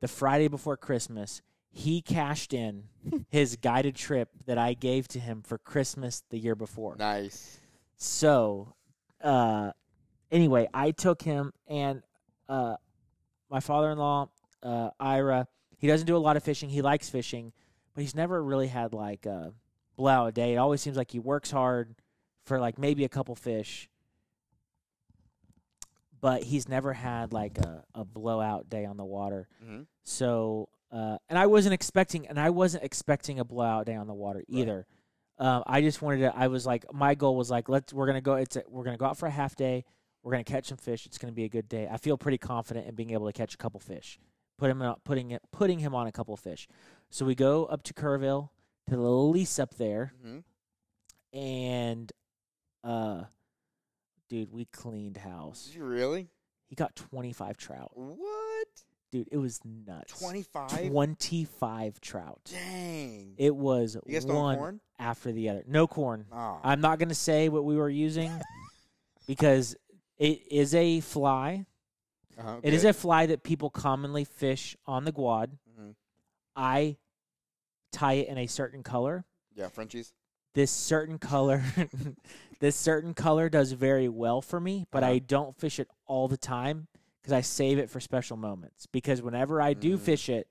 the Friday before Christmas, he cashed in his guided trip that I gave to him for Christmas the year before. Nice. So, uh, anyway, I took him and uh, my father-in-law, uh, Ira. He doesn't do a lot of fishing. He likes fishing, but he's never really had like a blowout day. It always seems like he works hard for like maybe a couple fish, but he's never had like a, a blowout day on the water. Mm-hmm. So, uh, and I wasn't expecting, and I wasn't expecting a blowout day on the water either. Um, I just wanted to. I was like, my goal was like, let's. We're gonna go. It's a, we're gonna go out for a half day. We're gonna catch some fish. It's gonna be a good day. I feel pretty confident in being able to catch a couple fish. Put him on, putting it, putting him on a couple of fish. So we go up to Kerrville to the lease up there, Mm-hmm. and uh, dude, we cleaned house. Did you really? He got twenty five trout, What? dude. It was nuts. Twenty five. 25 trout. Dang. It was you guys throwing one corn? after the other. No corn. Oh. I'm not going to say what we were using because it is a fly. uh It is a fly that people commonly fish on the quad. Mhm. I tie it in a certain color. yeah Frenchies. This certain color this certain color does very well for me, but I Uh-huh. don't fish it all the time cuz I save it for special moments because whenever I do Mm. fish it,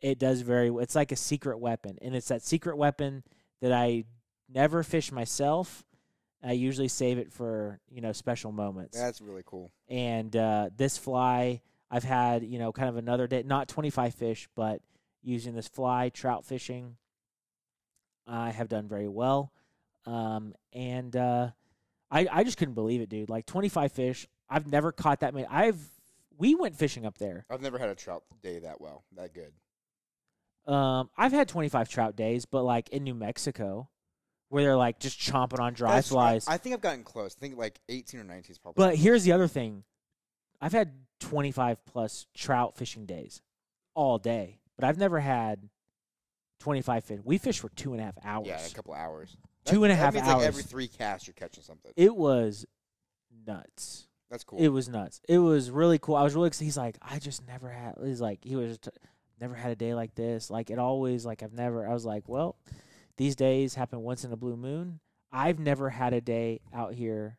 it does very it's like a secret weapon and it's that secret weapon that I never fish myself. I usually save it for, you know, special moments That's really cool. and uh, this fly I've had you know kind of another day, not 25 fish, but using this fly trout fishing, I have done very well, um, and uh, I I just couldn't believe it, dude. Like 25 fish, I've never caught that many. I've we went fishing up there. I've never had a trout day that well, that good. Um, I've had 25 trout days, but like in New Mexico, where they're like just chomping on dry That's- I- flies. I, think I've gotten close. I think like eighteen or nineteen is probably. But here's the other thing. I've had 25 plus trout fishing days all day, but I've never had 25 fish. We fished for two and a half hours. yeah, in a couple hours. Two and a that half means Like hours. every three casts, you're catching something. it was nuts. That's cool. It was nuts. It was really cool. I was really, ex- he's like, I just never had, he's like, he was just, never had a day like this. Like it always, like I've never, I was like, well, these days happen once in a blue moon. I've never had a day out here.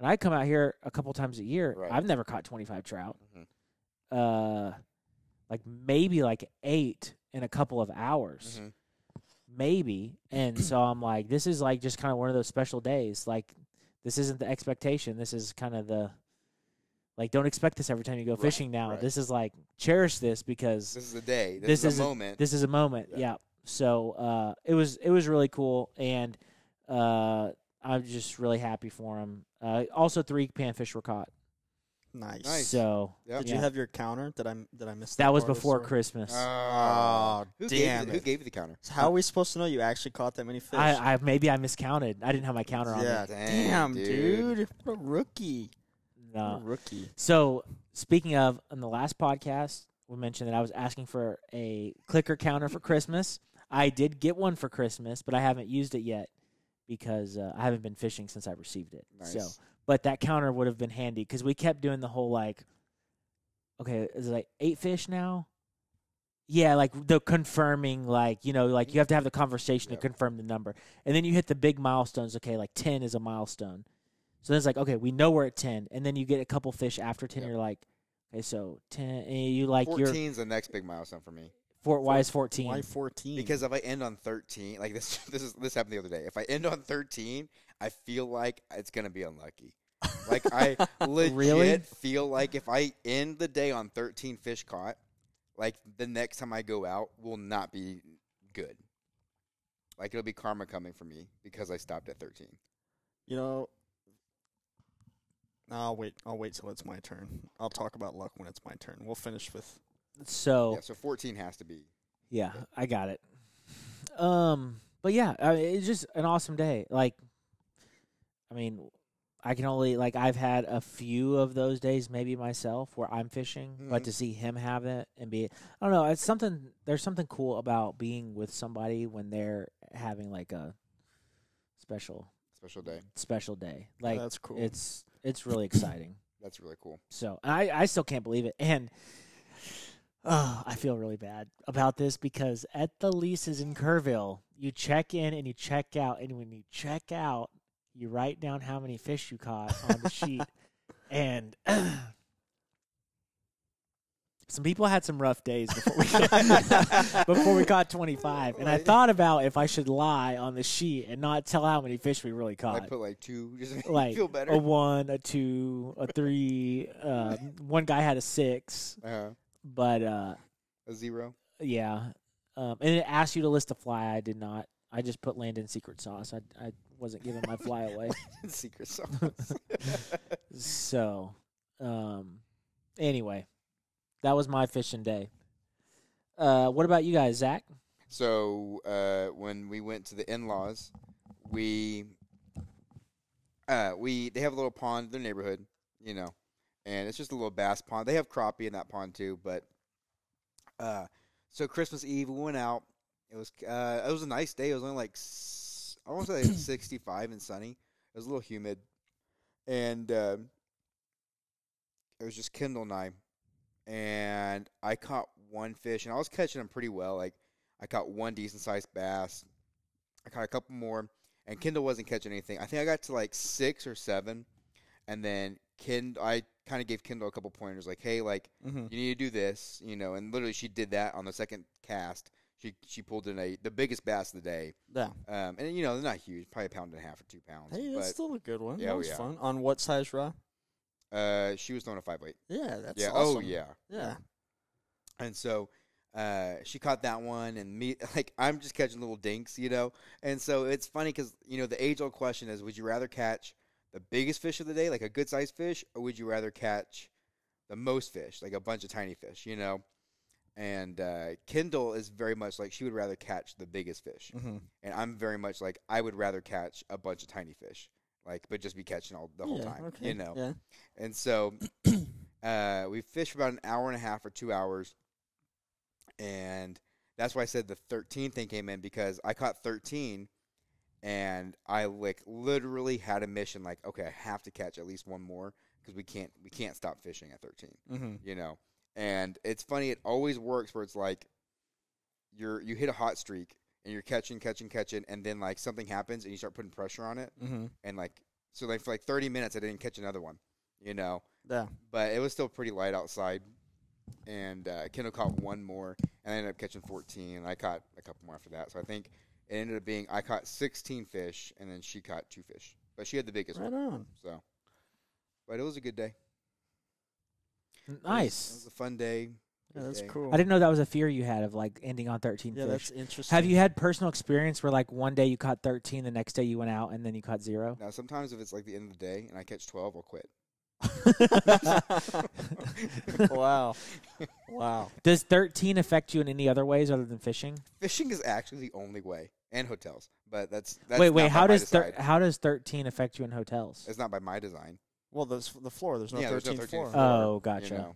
And I come out here a couple times a year. Right. I've never caught 25 trout. Mhm. uh like maybe like eight in a couple of hours Mhm. maybe and so i'm like this is like just kind of one of those special days like this isn't the expectation this is kind of the like don't expect this every time you go Right, fishing now right. this is like cherish this because This is a day. This, This is is a a- moment. this is a moment Yeah. yeah, so uh it was it was really cool and uh i'm just really happy for him uh also three panfish were caught Nice. Nice. so Yep. Did yeah. you have your counter? Did I m- did I miss that was part of the before story? christmas Uh, Oh, who damn gave you the, who it. gave you the counter? So how are we supposed to know you actually caught that many fish? I, I maybe I miscounted. I didn't have my counter on. yeah, damn, Damn, dude. dude. What a rookie. Me. What a No. rookie. So speaking of, on the last podcast, we mentioned that I was asking for a clicker counter for Christmas. I did get one for Christmas, but I haven't used it yet because uh, I haven't been fishing since I received it. Nice. So, but that counter would have been handy because we kept doing the whole like, okay, is it like eight fish now? Yeah, like the confirming, like you know, like you have to have the conversation Yeah. to confirm the number, and then you hit the big milestones. Okay, like ten is a milestone. So then it's like, okay, we know we're at ten, and then you get a couple fish after ten. Yep. You're like, okay, so ten, and you like your 14 is the next big milestone for me Fort Wise fourteen. Why 14? because if I end on 13, like this, this is this happened the other day. If I end on 13, I feel like it's gonna be unlucky. Like I legit Really? feel like if I end the day on 13 fish caught, like the next time I go out will not be good. Like it'll be karma coming for me because I stopped at 13. You know, I'll wait. I'll wait till it's my turn. I'll talk about luck when it's my turn. We'll finish with So Oh. Yeah, so 14 has to be. yeah, I got it. Um, but yeah, I mean, it's just an awesome day. Like, I mean, I can only like I've had a few of those days, maybe myself, where I'm fishing, but Mhm. to see him have it and be, I don't know, it's something. There's something cool about being with somebody when they're having like a special Special day. special day. Like that's cool. it's it's really exciting. That's really cool. So and I, I still can't believe it. And oh, I feel really bad about this because at the leases in Kerrville, you check in and you check out. And when you check out, you write down how many fish you caught on the sheet. And some people had some rough days before we caught, before we caught 25. And I Right. thought about if I should lie on the sheet and not tell how many fish we really I caught put like two just to make you like feel better. a one, a two, a three. Uh, one guy had a six, uh, but uh, a zero. yeah, um, and it asked you to list a fly. I did not. I just put land in secret sauce. I I wasn't giving my fly away. Secret sauce. So, um, anyway, that was my fishing day. Uh, what about you guys, Zach? So uh, when we went to the in-laws, we uh, we they have a little pond in their neighborhood, you know, and it's just a little bass pond. They have crappie in that pond too, but uh, so Christmas Eve we went out. It was uh, it was a nice day. It was only like s- I want to say like 65 and sunny. It was a little humid, and uh, it was just Kendall and I, and I caught one fish, and I was catching them pretty well, like. I caught one decent sized bass. I caught a couple more, and Kendall wasn't catching anything. I think I got to like six or seven, and then Kend I kind of gave Kendall a couple pointers, like, "Hey, like Mhm. you need to do this," you know. And literally, she did that on the second cast. She she pulled in a the biggest bass of the day, yeah. um, and you know they're not huge, probably a pound and a half or two pounds. Hey, that's but still a good one. Yeah, that oh, was yeah. fun. On what size rod? uh, she was throwing a five weight. Yeah, that's yeah. awesome. Oh yeah. Yeah. And so uh, she caught that one, and me, like, I'm just catching little dinks, you know? And so it's funny because, you know, the age old question is would you rather catch the biggest fish of the day, like a good sized fish, or would you rather catch the most fish, like a bunch of tiny fish, you know? And uh, Kendall is very much like she would rather catch Mm-hmm. the biggest fish. hmm And I'm very much like I would rather catch a bunch of tiny fish, like, but just be catching all the whole yeah, time, Okay. you know? Yeah. And so uh, we fished for about an hour and a half or two hours. And that's why I said the 13 thing came in because I caught 13 and I like literally had a mission like, okay, I have to catch at least one more because we can't we can't stop fishing at 13 Mm-hmm. you know. And it's funny, it always works where it's like you're you hit a hot streak and you're catching, catching, catching, and then like something happens and you start putting pressure on it, Mm-hmm. and like so like for like 30 minutes I didn't catch another one, you know. Yeah. But it was still pretty light outside, and uh, Kendall caught one more, and I ended up catching 14, and I caught a couple more after that. So I think it ended up being I caught 16 fish, and then she caught two fish, but she had the biggest Right one. on. So, but it was a good day. It was- Nice. It was, a fun day. Yeah, good that's day. cool. I didn't know that was a fear you had of like ending on thirteen Yeah, fish. that's interesting. Have you had personal experience where like one day you caught thirteen, the next day you went out and then you caught zero? Now sometimes if it's like the end of the day and I catch 12, I'll quit. wow. Wow. Does 13 affect you in any other ways other than fishing? Fishing is actually the only way, and hotels. But that's, that's wait, not wait, by how my does thir- design. how does 13 affect you in hotels? it's not by my design. Well, there's the floor. There's no Yeah, 13th there's no 13th floor, floor. Oh, you gotcha. know? Uh,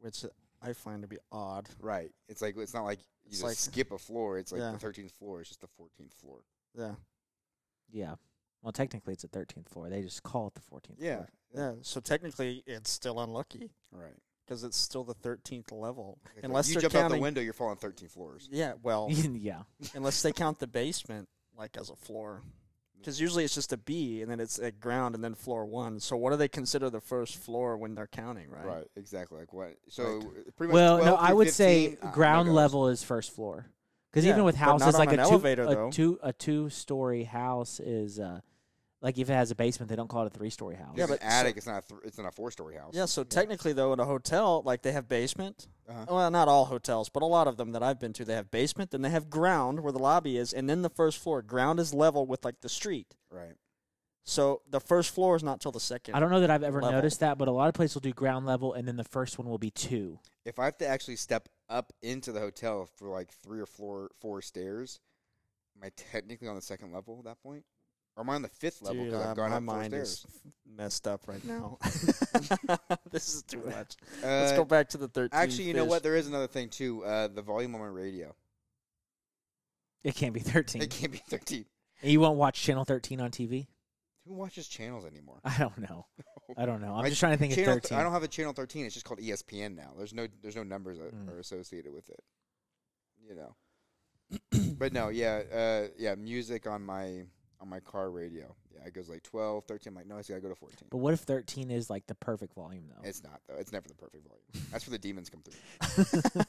which I find to be odd. Right. It's like it's not like you It's just like- skip a floor. It's like Yeah. the thirteenth floor. It's just the fourteenth floor. Yeah. Yeah. Well, technically it's a 13th floor. They just call it the 14th Yeah. floor. Yeah. So technically, it's still unlucky Right. because it's still the 13th level. It's like Unless you they're jump out the counting- window, you're falling thirteen floors. Yeah. Well, yeah. unless they count the basement like as a floor. Mm. Because usually it's just a B and then it's a ground and then floor one. So what do they consider the first floor when they're counting, right? Right. Exactly. Like what? So uh, pretty much. Well, no, 12 I through would say 15, uh, no ground goes. level is first floor. Cuz Yeah, even with but not houses on like a an two elevator, a though. two a two-story house is uh like if it has a basement, they don't call it a three-story house. If Yeah, it's but an attic. it's not. A th- it's not a four story house. Yeah. So technically, though, in a hotel, like they have basement, Uh-huh. well, not all hotels, but a lot of them that I've been to, they have basement, then they have ground where the lobby is, and then the first floor. Ground is level with like the street. Right. So the first floor is not till the second. I don't know that I've ever Level. noticed that, but a lot of places will do ground level, and then the first one will be two. If I have to actually step up into the hotel for like three or four four stairs, am I technically on the second level at that point? Or am I on the fifth level Dude, because uh, I've gone my up four mind stairs? is messed up right now. this is too much. Let's Uh, go back to the 13. Actually, you know fish. what? There is another thing too. Uh, the volume on my radio. It can't be thirteen. It can't be thirteen. And you won't watch channel thirteen on TV. Who watches channels anymore? I don't know. I don't know. I'm My just trying to think of channel thirteen. I don't have a channel thirteen. It's just called E ESPN now. There's no there's no numbers that Mm. are associated with it. You know. but no, yeah, uh, yeah, music on my on my car radio. Yeah, it goes like 12, 13. I'm like, no, I gotta go to fourteen. but what if thirteen is like the perfect volume though? It's not though. It's never the perfect volume. That's where the demons come through.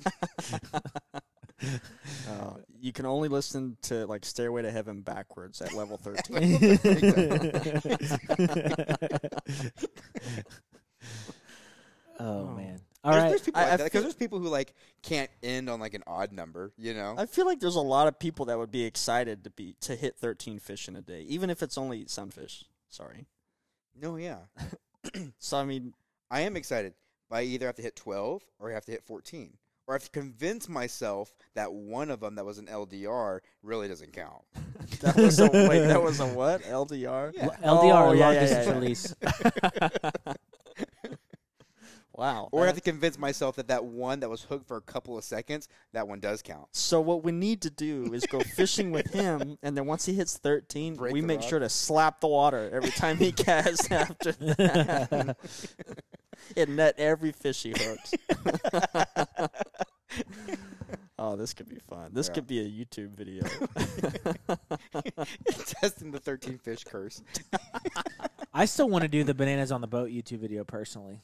Uh, you can only listen to like Stairway to Heaven backwards at level 13. oh Oh. man! All there's, right. there's people I- like I that, 'cause feel- there's people who like can't end on like an odd number. You know. I feel like there's a lot of people that would be excited to be to hit 13 fish in a day, even if it's only sunfish. Sorry. no, yeah. So I mean, I am excited. But I either have to hit 12 or I have to hit 14. Or I have to convince myself that one of them that was an LDR really doesn't count. that was a wait, that was a what? LDR? Yeah. L- LDR, Oh, yeah, long yeah, distance yeah, yeah. release. Wow. Or I have to that- convince myself that that one that was hooked for a couple of seconds, that one does count. so what we need to do is go fishing with him, and then once he hits 13, Break we the make rod. sure to slap the water every time he casts after that. and net every fish he hooks. oh, this could be fun. This Yeah. could be a YouTube video. Testing the 13 fish curse. I still want to do the bananas on the boat YouTube video personally.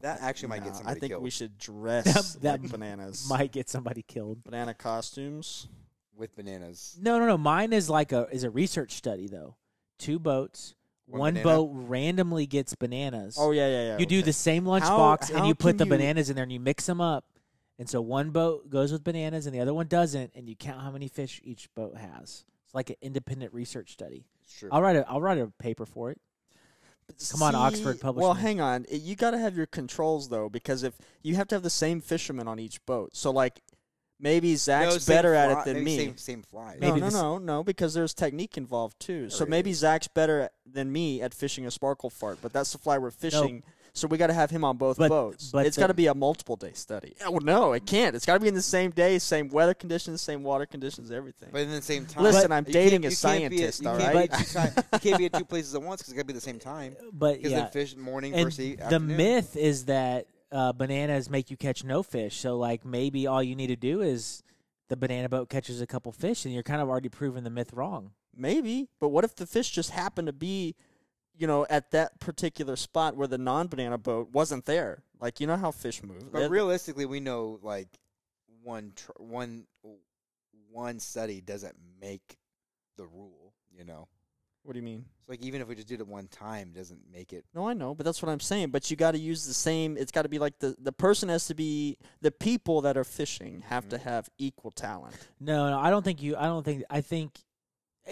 That actually might Nah, get somebody I think killed we should dress That- that like bananas. Might get somebody killed. Banana costumes. with bananas. No, no, no. Mine is like a is a research study though. Two boats. One One, banana? boat randomly gets bananas. Oh yeah, yeah, yeah. you do okay. the same How- lunchbox and how you put can the you- bananas in there and you mix them up. And so one boat goes with bananas and the other one doesn't, and you count how many fish each boat has. It's like an independent research study. It's true. I'll write a I'll write a paper for it. Come on, Oxford, See, publish Well, me. hang on. I- You got to have your controls though, because if you have to have the same fisherman on each boat, so like maybe No, Zach's same better at fly- it than me. maybe Same, same fly. no, Maybe no, this- no, no, because there's technique involved too. so There maybe is. Zach's better at- than me at fishing a sparkle fart, but that's the fly we're fishing. So we got to have him on both But- boats. but it's the- got to be a multiple day study. Oh no, it can't. It's got to be in the same day, same weather conditions, same water conditions, everything. But in the same time, Listen, I'm you dating can't- a you can't be at- scientist, you all can't be right? at two ti- You can't be at two places at once because it got to be the same time. But Because yeah, then fish morning and versus e- the afternoon. myth is that uh, bananas make you catch no fish. So like maybe all you need to do is the banana boat catches a couple fish, and you're kind of already proving the myth wrong. Maybe, but what if the fish just happened to be, you know, at that particular spot where the non-banana boat wasn't there? Like, you know how fish move. But It- realistically, we know like one tr- one one study doesn't make the rule. You know, What do you mean? so like even if we just did it one time, it doesn't make it. No, I know, but that's what I'm saying. But you got to use the same. It's got to be like the the person has to be the people that are fishing have Mm. to have equal talent. No, no, I don't think you. I don't think. I think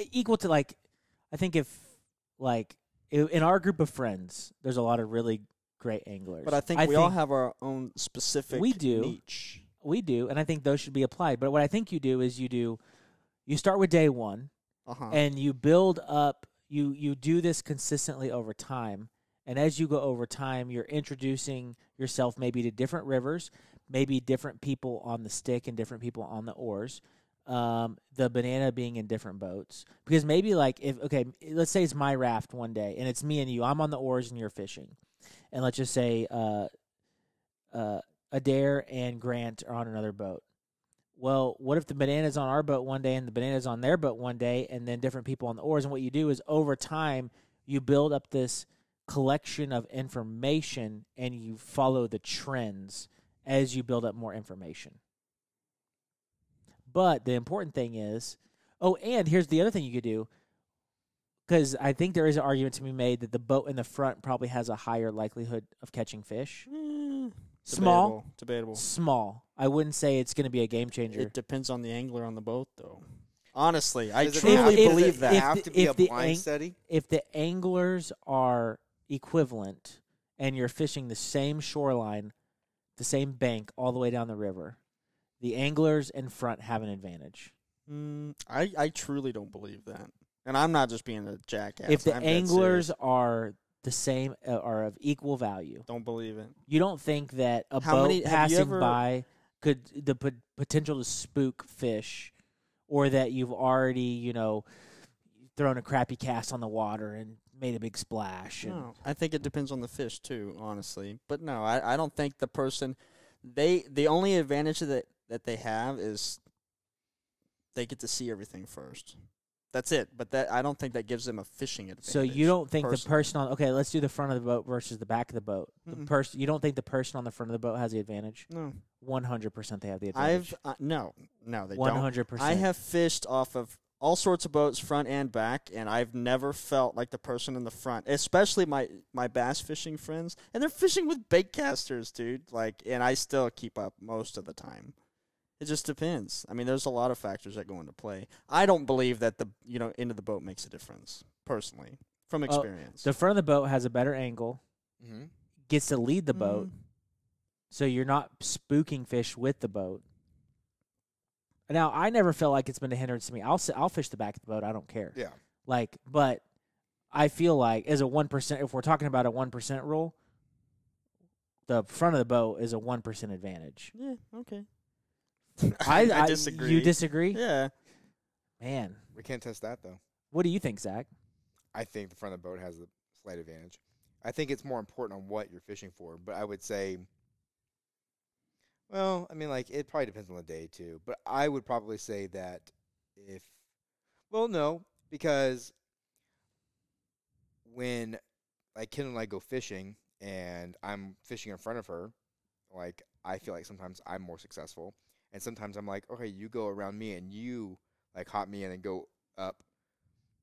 e- equal to like. I think if like i- in our group of friends, there's a lot of really great anglers. But I think we all have our own specific We do. niche. we do, and I think those should be applied. But what I think you do is you do you start with day one, Uh huh. and you build up you you do this consistently over time and as you go over time you're introducing yourself maybe to different rivers maybe different people on the stick and different people on the oars um, the banana being in different boats because maybe like if okay let's say it's my raft one day and it's me and you i'm on the oars and you're fishing and let's just say uh, uh, adair and grant are on another boat well, what if the banana's on our boat one day and the banana's on their boat one day, and then different people on the oars? And what you do is over time, you build up this collection of information and you follow the trends as you build up more information. But the important thing is oh, and here's the other thing you could do because I think there is an argument to be made that the boat in the front probably has a higher likelihood of catching fish. Small, Debatable. debatable. small. I wouldn't say it's going to be a game changer. It depends on the angler on the boat, though. Honestly, I Does it truly have- does it believe that. have If to the- be a if the blind ang- study. if the anglers are equivalent and you're fishing the same shoreline, the same bank all the way down the river, the anglers in front have an advantage. Mm, I, I truly don't believe that. And I'm not just being a jackass. if the I'm dead serious. anglers are the same uh, are of equal value, don't believe it, you don't think that a How boat many- have you passing ever- by could the pot- potential to spook fish, or that you've already you know thrown a crappy cast on the water and made a big splash. And, no, I think it depends on the fish too, honestly. But no, I, I don't think the person they the only advantage that that they have is they get to see everything first. That's it. But that I don't think that gives them a fishing advantage. So you don't think the personally. person on okay, let's do the front of the boat versus the back of the boat. The Mm-mm. person you don't think the person on the front of the boat has the advantage? No, One hundred percent, they have the advantage. I've uh, no, no, they One don't. hundred percent. I have fished off of all sorts of boats, front and back, and I've never felt like the person in the front, especially my my bass fishing friends, and they're fishing with bait casters, dude. Like, and I still keep up most of the time. It just depends. I mean, there's a lot of factors that go into play. I don't believe that the you know end of the boat makes a difference personally Uh, from experience. the front of the boat has a better angle, Mm-hmm. gets to lead the boat, Mm, so you're not spooking fish with the boat. Now I never felt like it's been a hindrance to me. I'll si- I'll fish the back of the boat. I don't care. Yeah. Like, but I feel like as a one percent, if we're talking about a one percent rule, the front of the boat is a one percent advantage. Yeah. Okay. I, I- disagree. You disagree, Yeah. man. We can't test that though. What do you think, Zach? I think the front of the boat has a slight advantage. I think it's more important on what you're fishing for, but I would say, well, I mean, like it probably depends on the day too. But I would probably say that if, well, no, because when like Ken and I go fishing and I'm fishing in front of her, like I feel like sometimes I'm more successful, and sometimes I'm like, okay, you go around me and you like hop me in and go up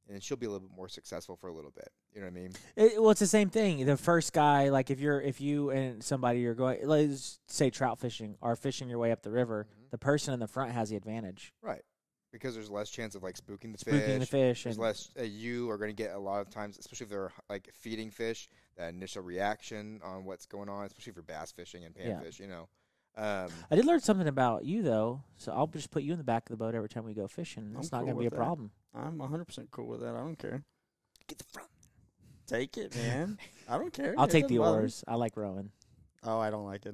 and she'll be a little bit more successful for a little bit. You know what I mean? It, well, it's the same thing. The first guy, like if you're if you and somebody you're going, let's say trout fishing, are fishing your way up the river, Mm-hmm. the person in the front has the advantage, Because there's less chance of like spooking the spooking fish. the fish, There's and less. Uh, you are going to get a lot of times, especially if they're like feeding fish, that initial reaction on what's going on, especially if you're bass fishing and Yeah. panfish. You know, um, I did learn something about you though, so I'll just put you in the back of the boat every time we go fishing. It's I'm not cool going to be a with that. problem. I'm 100% cool with that. I don't care. get the front. Take it, man. I don't care. I'll It take doesn't the bother me. oars. I like rowing. Oh, I don't like it.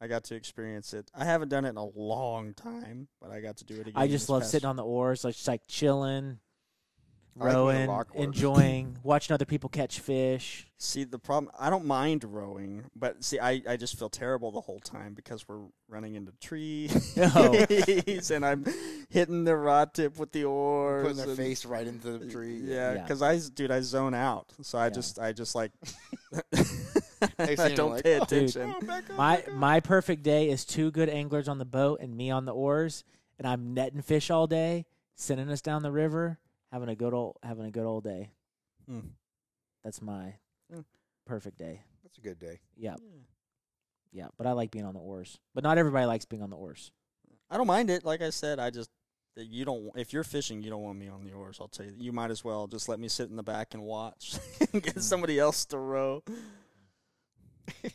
I got to experience it. I haven't done it in a long time, but I got to do it again. I just love sitting on the oars, like just like chilling, I like when the rowing, lock works. enjoying, watching other people catch fish. See the problem. I don't mind rowing, but see, I, I just feel terrible the whole time because we're running into trees Oh. and I'm hitting the rod tip with the oars. Putting their and- face right into the tree. Yeah, Yeah. because I s- dude, I zone out, so I Yeah. just I just like thing I you're don't like, pay "Oh, Dude. attention. Oh, back up, My back up. my perfect day is two good anglers on the boat and me on the oars, and I'm netting fish all day, sending us down the river, having a good old having a good old day. Hmm. That's my Mm. perfect day. That's a good day. Yeah, yeah. But I like being on the oars. But not everybody likes being on the oars. I don't mind it. Like I said, I just that you don't. If you're fishing, you don't want me on the oars. I'll tell you. You might as well just let me sit in the back and watch, and get somebody else to row.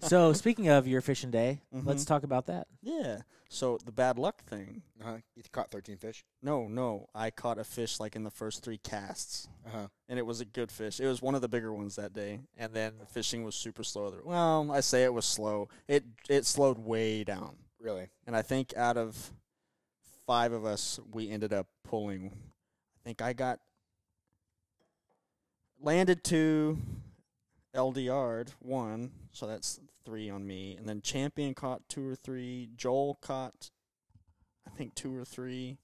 So speaking of your fishing day, let's Mhm. talk about that. yeah. So the bad luck thing. Uh-huh. You caught 13 fish. No, no. I caught a fish like in the first three casts. Uh huh. and it was a good fish. It was one of the bigger ones that day. And then fishing was super slow. The- Well, I say it was slow. It it slowed way down. Really? And I think out of five of us, we ended up pulling. I think I got landed to LDR'd one, so that's three on me. And then Champion caught two or three. Joel caught, I think two or three.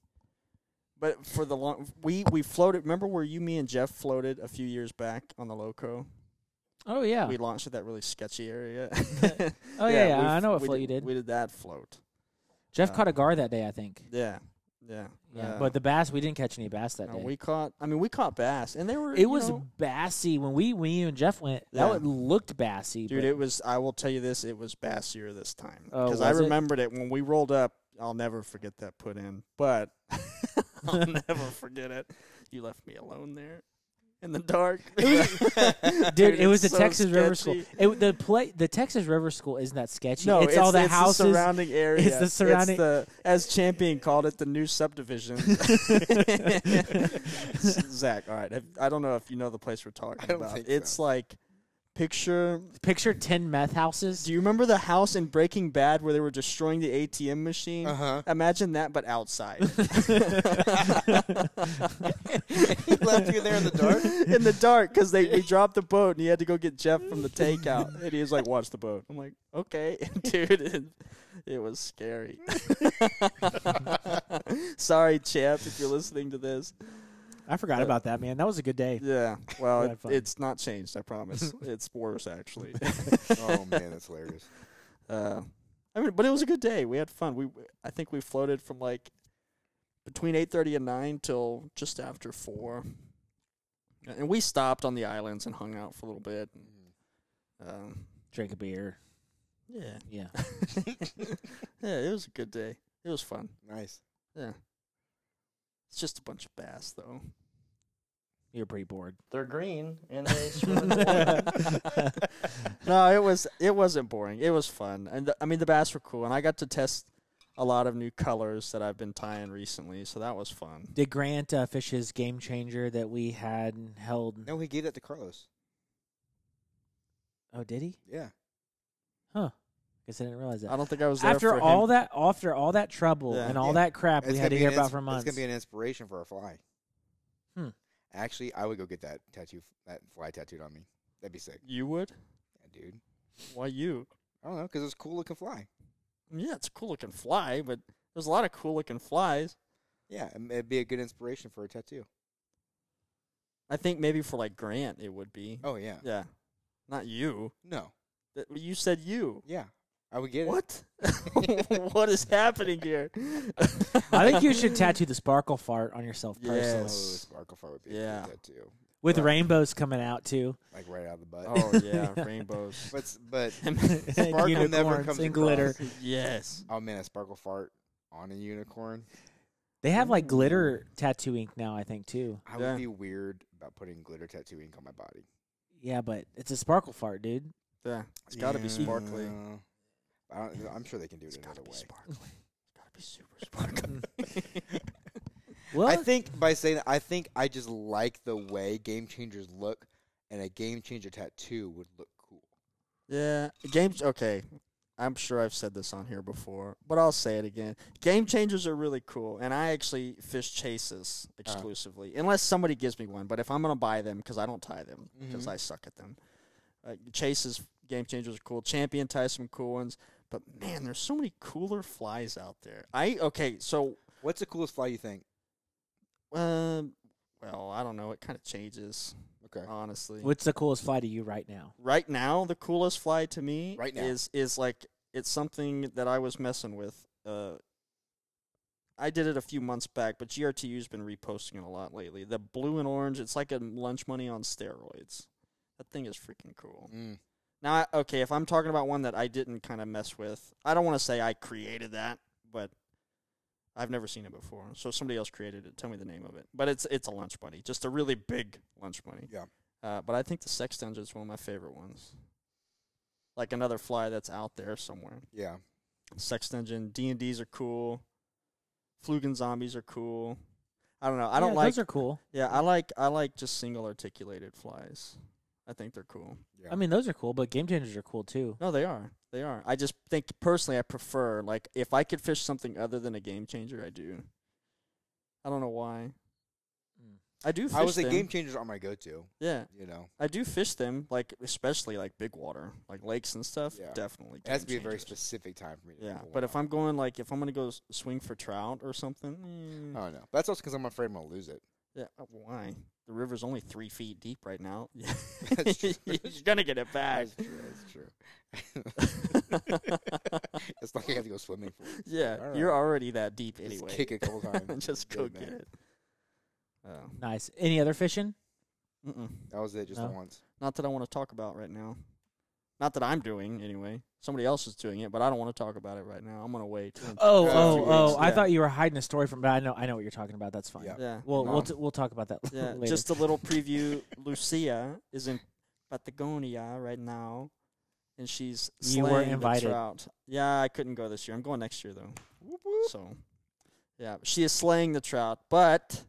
But for the long, we we floated. Remember where you, me, and Jeff floated a few years back on the Loco? Oh yeah, We launched at that really sketchy area. oh yeah, yeah. we I f- know what we float you did. We did that float. Jeff uh, caught a gar that day, I think. Yeah. Yeah. Yeah, Uh, but the bass we didn't catch any bass that no, day. we caught. I mean, we caught bass, and they were. it you was know- bassy when we when you and Jeff went. That Yeah. one looked bassy, Dude, but- it was. I will tell you this: it was bassier this time Oh, because I was it? remembered it? when we rolled up. I'll never forget that put in, but I'll never forget it. You left me alone there in the dark, dude. Dude, it was the it's so Texas River School. sketchy. It, the play, the Texas River School isn't that sketchy. No, it's, all the the houses. surrounding area. the surrounding- the- as Champion called it, the new subdivision. Zach, all right. if- I don't know if you know the place we're talking I don't about. think it's so. like picture. Picture ten meth houses. Do you remember the house in Breaking Bad where they were destroying the ATM machine? Uh-huh. Imagine that, but outside he left you there in the dark. in the dark because they we dropped the boat and he had to go get Jeff from the takeout and he was like, "Watch the boat." I'm like, "Okay, dude." It, it was scary. Sorry, champ, if you're listening to this. I forgot about that, man. That was a good day. Yeah. Well, Yeah, it, fine. it's not changed. I promise. it's worse actually. Oh man, that's hilarious. Uh, I mean, but it was a good day. We had fun. We I think we floated from like between eight thirty and nine till just after four, and we stopped on the islands and hung out for a little bit. Um, Drink a beer. yeah, Yeah, yeah, it was a good day. It was fun. Nice. Yeah, it's just a bunch of bass though. you're pretty bored. They're green and they swim in the water. no, it was it wasn't boring. It was fun, and the, I mean the bass were cool, and I got to test a lot of new colors that I've been tying recently, so that was fun. Did Grant uh, fish his game changer that we had held? No, he gave that to Carlos. Oh, did he? Yeah. Huh? Guess I didn't realize that. I don't think I was there After for all him. that, after all that trouble Yeah. and all Yeah. that crap we It's had gonna to be hear an about ins- for months. It's gonna be an inspiration for our fly. Hmm. Actually, I would go get that tattoo, that fly tattooed on me. That'd be sick, you would. yeah, dude. Why you? I don't know, cause it's a cool looking fly. Yeah, it's a cool looking fly, but there's a lot of cool looking flies. Yeah, and it'd be a good inspiration for a tattoo. I think maybe for like Grant it would be. Oh yeah. Yeah, not you. No. That- You said you. Yeah, I would get What? what is happening here? I think you should tattoo the sparkle fart on yourself Yeah. it. personally, Oh, Yes. sparkle fart would be a Yeah. cool tattoo, with Right. rainbows coming out too. like right out of the butt. oh yeah, rainbows. But s- but Sparkle never comes and across. glitter. yes. oh man, a sparkle fart on a unicorn. They have like glitter tattoo ink now, I think too. I Yeah. would be weird about putting glitter tattoo ink on my body. Yeah, but it's a sparkle fart, dude. Yeah. It's got to be sparkly. Yeah. I don't, I'm sure they can do it It's got another to be way. sparkly. It's got to be super sparkly. Well, I think by saying that, I think I just like the way game changers look, and a game changer tattoo would look cool. Yeah, games. Okay, I'm sure I've said this on here before, but I'll say it again. Game changers are really cool, and I actually fish chases exclusively, unless somebody gives me one. But if I'm gonna buy them, because I don't tie them, because Mhm. I suck at them. Uh, chases, game changers are cool. Champion ties some cool ones, but man, there's so many cooler flies out there. I okay, so What's the coolest fly you think? um, well, I don't know. It kind of changes, Okay, honestly. what's the coolest fly to you right now? right now the coolest fly to me Right now. is is like it's something that I was messing with. Uh, I did it a few months back, but GRTU's been reposting it a lot lately. The blue and orange, it's like a lunch money on steroids. That thing is freaking cool. mm. Now, I, okay, if I'm talking about one that I didn't kind of mess with, I don't want to say I created that, but I've never seen it before. So somebody else created it. Tell me the name of it. But it's it's a lunch money, just a really big lunch money. Yeah. Uh, but I think the sex dungeon is one of my favorite ones. Like another fly that's out there somewhere. yeah. Sex dungeon D and D's are cool. Flugen zombies are cool. I don't know. I don't Yeah, like. Those are cool. yeah, I like I like just single articulated flies. I think they're cool. yeah. I mean, those are cool, but game changers are cool too. No, they are. They are. I just think personally, I prefer like if I could fish something other than a game changer, I do. I don't know why. Mm. I do. Fish I would say them. game changers are my go-to. Yeah, You know, I do fish them. Like especially like big water, like lakes and stuff. Yeah. Definitely. it has to be game a very changers. specific time for me. To Yeah, pull one but if out. I'm going like if I'm gonna go s- swing for trout or something, eh, I don't know. That's also because I'm afraid I'm gonna lose it. yeah, uh, why? The river's only three feet deep right now. That's true. You're gonna get it back. That's true. That's true. It's like I have to go swimming. For it. yeah, All you're right. already that deep Just anyway. kick it a couple times. Just Good go man. get it. Oh. Nice. Any other fishing? Mm-mm. That was it, just No. the once. Not that I want to talk about right now. Not that I'm doing anyway. Somebody else is doing it, but I don't want to talk about it right now. I'm gonna wait. Oh, Uh, oh, two oh! weeks, I yeah. thought you were hiding a story from, but I know, I know what you're talking about. That's fine. Yeah. yeah. We'll we'll, Mom. t- we'll talk about that Yeah, later. just a little preview. Lucia is in Patagonia right now, and she's You were slaying the invited. trout. Yeah, I couldn't go this year. I'm going next year though. So, yeah, she is slaying the trout, but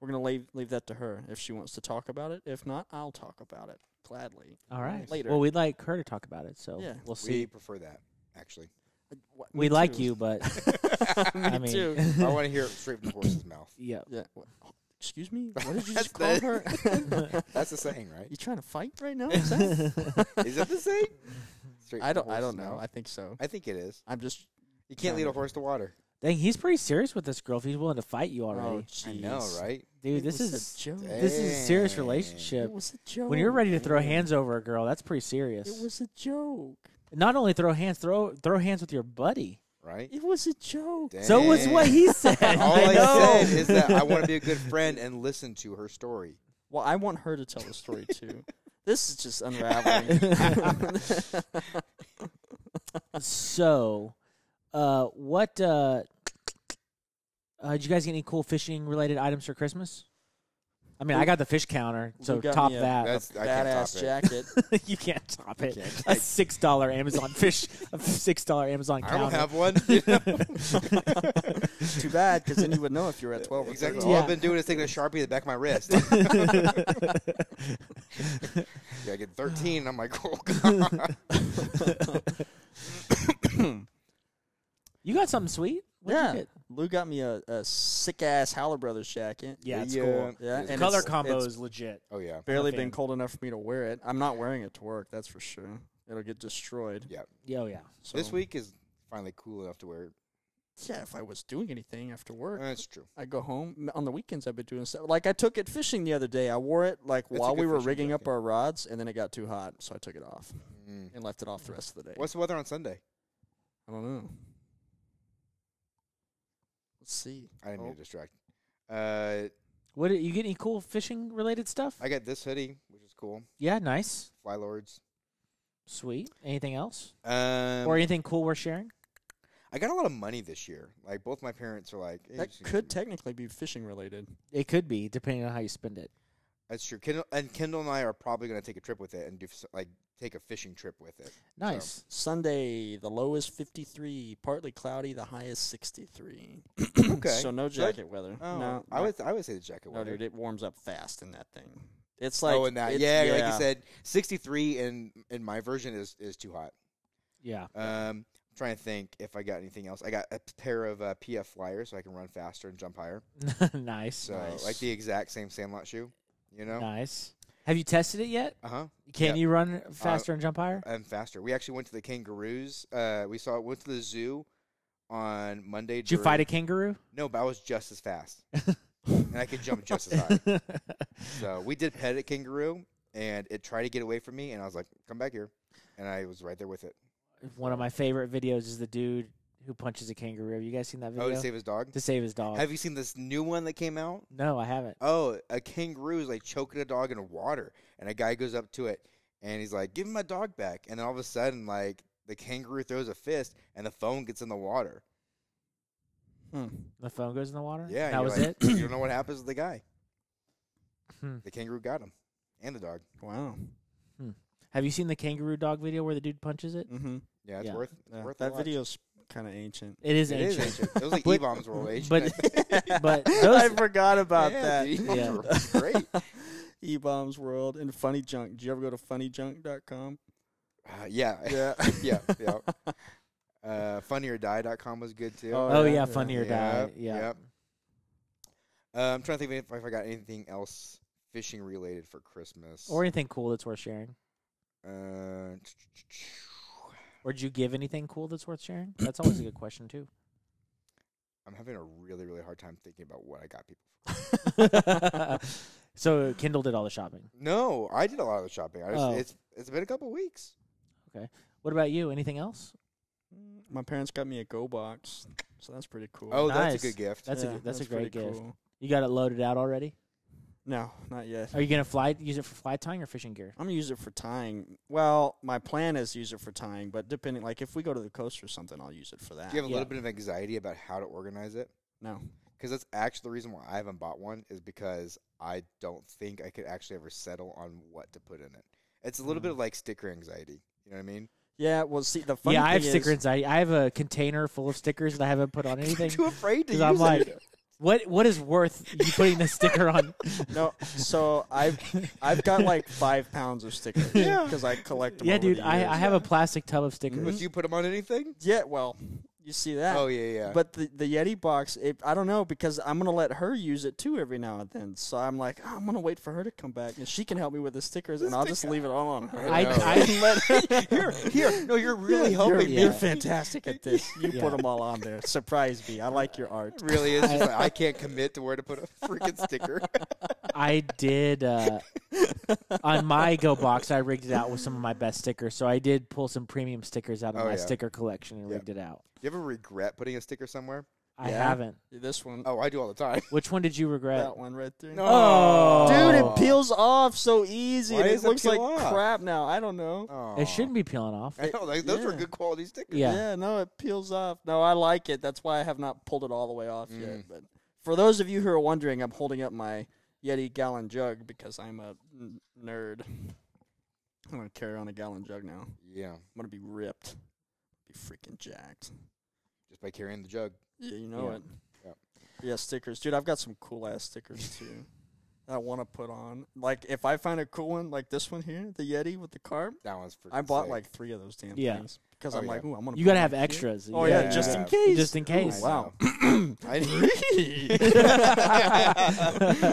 we're gonna leave leave that to her if she wants to talk about it. If not, I'll talk about it gladly. all right. later. Well, we'd like her to talk about it, so Yeah. we'll We see. prefer that, actually. Uh, wh- We, me like too. you, but me I mean, too. I want to hear it straight from the horse's mouth. yeah. Yeah. wha- Excuse me. What did you That's just call the- her? That's the saying, right? you trying to fight right now? Seth? Is it the saying? Straight I from don't. the I horse's don't know. mouth? I think so. I think it is. I'm just. You can't lead Kinda. a horse to water. Dang, he's pretty serious with this girl. If he's willing to fight you Oh, already, I know, jeez. right? dude, It this was a is joke. this is a serious Dang. relationship. It was a joke. When you're ready to throw hands over a girl, that's pretty serious. It was a joke. Not only throw hands, throw throw hands with your buddy. Right? It was a joke. So was what Dang. he said. Eh. All I I, know. said is that I want to be a good friend and listen to her story. Well, I want her to tell the story too. this is just unraveling. So, uh, what uh, uh, did you guys get any cool fishing related items for Christmas? I mean, I got the fish counter, so Lou got top me a- that. That's I can't top Badass it. jacket. you can't top it. can't. A six dollar Amazon fish, a six dollar Amazon I don't counter. have one. Too bad, because then you would know if you were at twelve. Or exactly. 13. All Yeah. I've been doing is taking a sharpie to the back of my wrist. yeah, I get 13. I'm like, oh god. you got something sweet? What'd you yeah. get? Lou got me a, a sick ass Howler Brothers jacket. Yeah, it's Yeah. cool. Yeah, The and Color it's- combo it's is legit. Oh yeah, barely I'm a fan. been cold enough for me to wear it. I'm not wearing it to work. That's for sure. It'll get destroyed. yeah. Yeah, Oh yeah. So. This week is finally cool enough to wear. Yeah, if I was doing anything after work, That's true. I go home M- on the weekends. I've been doing stuff like I took it fishing the other day. I wore it like That's a while we good were fishing rigging up jacket. our rods, and then it got too hot, so I took it off Mm. and left it off the rest of the day. What's the weather on Sunday? I don't know. Let's see. I didn't mean Oh. to distract. Uh, What did- you get any cool fishing related stuff? I got this hoodie, which is cool. yeah, nice, Fly Lords. sweet. Anything else, Um, or anything cool worth sharing? I got a lot of money this year. Like both my parents are like, hey, That just- could technically be fishing related. It could be depending on how you spend it. That's true. Kendall and Kendall and I are probably going to take a trip with it and do s- like take a fishing trip with it. Nice. Sunday, the low is 53, partly cloudy, the high is 63. Okay. So no So I- jacket weather. Oh, no, I no. would I would say the jacket No, weather. dude, it warms up fast in that thing. It's like oh, and that it- yeah, like you said, sixty three in in my version is is too hot. Yeah. Um, I'm trying to think if I got anything else. I got a pair of uh, PF flyers so I can run faster and jump higher. nice. So like Nice. the exact same Sandlot shoe, you know? Nice. Have you tested it yet? Uh huh. Can Yep. you run Uh, faster and jump higher? and faster. We actually went to the kangaroos. Uh, we saw went to the zoo on Monday. Did you fight a kangaroo? No, but I was just as fast, and I could jump just as high. So we did pet a kangaroo, and it tried to get away from me, and I was like, "Come back here," and I was right there with it. One of my favorite videos is the dude who punches a kangaroo. Have you guys seen that video? Oh, to save his dog. To save his dog. Have you seen this new one that came out? no, I haven't. Oh, a kangaroo is like choking a dog in water, and a guy goes up to it, and he's like, "Give him my dog back!" And then all of a sudden, like the kangaroo throws a fist, and the phone gets in the water. Hmm. The phone goes in the water. Yeah, and that you're was like, it. You don't know what happens to the guy. Hmm. The kangaroo got him, and the dog. Wow. Have you seen the kangaroo dog video where the dude punches Mm. it? Mm-hmm. Yeah, it's Yeah. worth, it's worth a that watch. video's kind of ancient. It is It is ancient, ancient. It was like But- E bombs were all ancient. but but I those forgot about Yeah, that. dude, E-bombs Yeah. were great. E Bombs World and Funny Junk. Did you ever go to funnyjunk.com? Uh, yeah, Yeah. yeah, yeah. Uh, funnierdie.com was good too. Oh, oh yeah, yeah. funny or die. Yep, Yeah. yep. Uh, I'm trying to think if, if I got anything else fishing related for Christmas. Or anything cool that's worth sharing. uh, Or did you give anything cool that's worth sharing? That's always a good question too. I'm having a really really hard time thinking about what I got people. so Kendall did all the shopping. No, I did a lot of the shopping. I just, Oh. It's it's been a couple weeks. What about you? Anything else? Mm, my parents got me a Go box, so that's pretty cool. Oh, that's a Nice. good gift. That's a Yeah, good- that's a great pretty gift. cool. You got it loaded out already? No, not yet. Are you gonna fly use it for fly tying or fishing gear? I'm gonna use it for tying. Well, my plan is to use it for tying, but depending, like if we go to the coast or something, I'll use it for that. Do you have a Yeah. little bit of anxiety about how to organize it? no, Because that's actually the reason why I haven't bought one is because I don't think I could actually ever settle on what to put in it. It's a little Mm. bit of like sticker anxiety. You know what I mean? yeah. Well, see, the funny yeah, I have thing sticker is- anxiety. I have a container full of stickers that I haven't put on anything. Too afraid to 'Cause use I'm like, it. what what is worth you putting the sticker on? No, so I've I've got like five pounds of stickers Yeah. because I collect them. yeah, over dude, the I, years. I have a plastic tub of stickers. But do you put them on anything? yeah. Well, you see that. Oh Mm-hmm. yeah, yeah. But the, the Yeti box, it, I don't know because I'm gonna let her use it too every now and then. So I'm like, "Oh, I'm gonna wait for her to come back and she can help me with the stickers, and I'll just leave it all on her. I, know. I Let her- here, here. No, you're really you're, helping me. you're fantastic at this. You put 'em Yeah. put them all on there. Surprise me. I like your art. Really is. Just like, I can't commit to where to put a freaking sticker. I did uh, on my Go box. I rigged it out with some of my best stickers, so I did pull some premium stickers out of Oh, my yeah. sticker collection and Yeah. rigged it out. you ever regret putting a sticker somewhere? I Yeah. haven't. This one, Oh, I do all the time. Which one did you regret? that one right there. Oh. Dude, it peels off so easy. Why and it Oh, does it looks peel like off? crap now. I don't know. Aw. It shouldn't be peeling off. I know, like, those were yeah. good quality stickers. Yeah. Yeah, no, it peels off. No, I like it. That's why I have not pulled it all the way off yet. But for those of you who are wondering, I'm holding up my Yeti gallon jug because I'm a n- nerd. I'm gonna carry on a gallon jug now. I'm Yeah, gonna be ripped, be freaking jacked. just by carrying the jug. Yeah, you know Yeah. it. Yeah. Yeah, stickers, dude. I've got some cool ass stickers too. that I want to put on. Like if I find a cool one, like this one here, the Yeti with the carp. That one's freaking. I bought sick. like three of those damn Yeah. things because Oh, I'm like, yeah. ooh, I'm gonna. You put gotta them have here. extras. Oh You yeah, gotta- just in Yeah. case. Just in I case. know. wow. I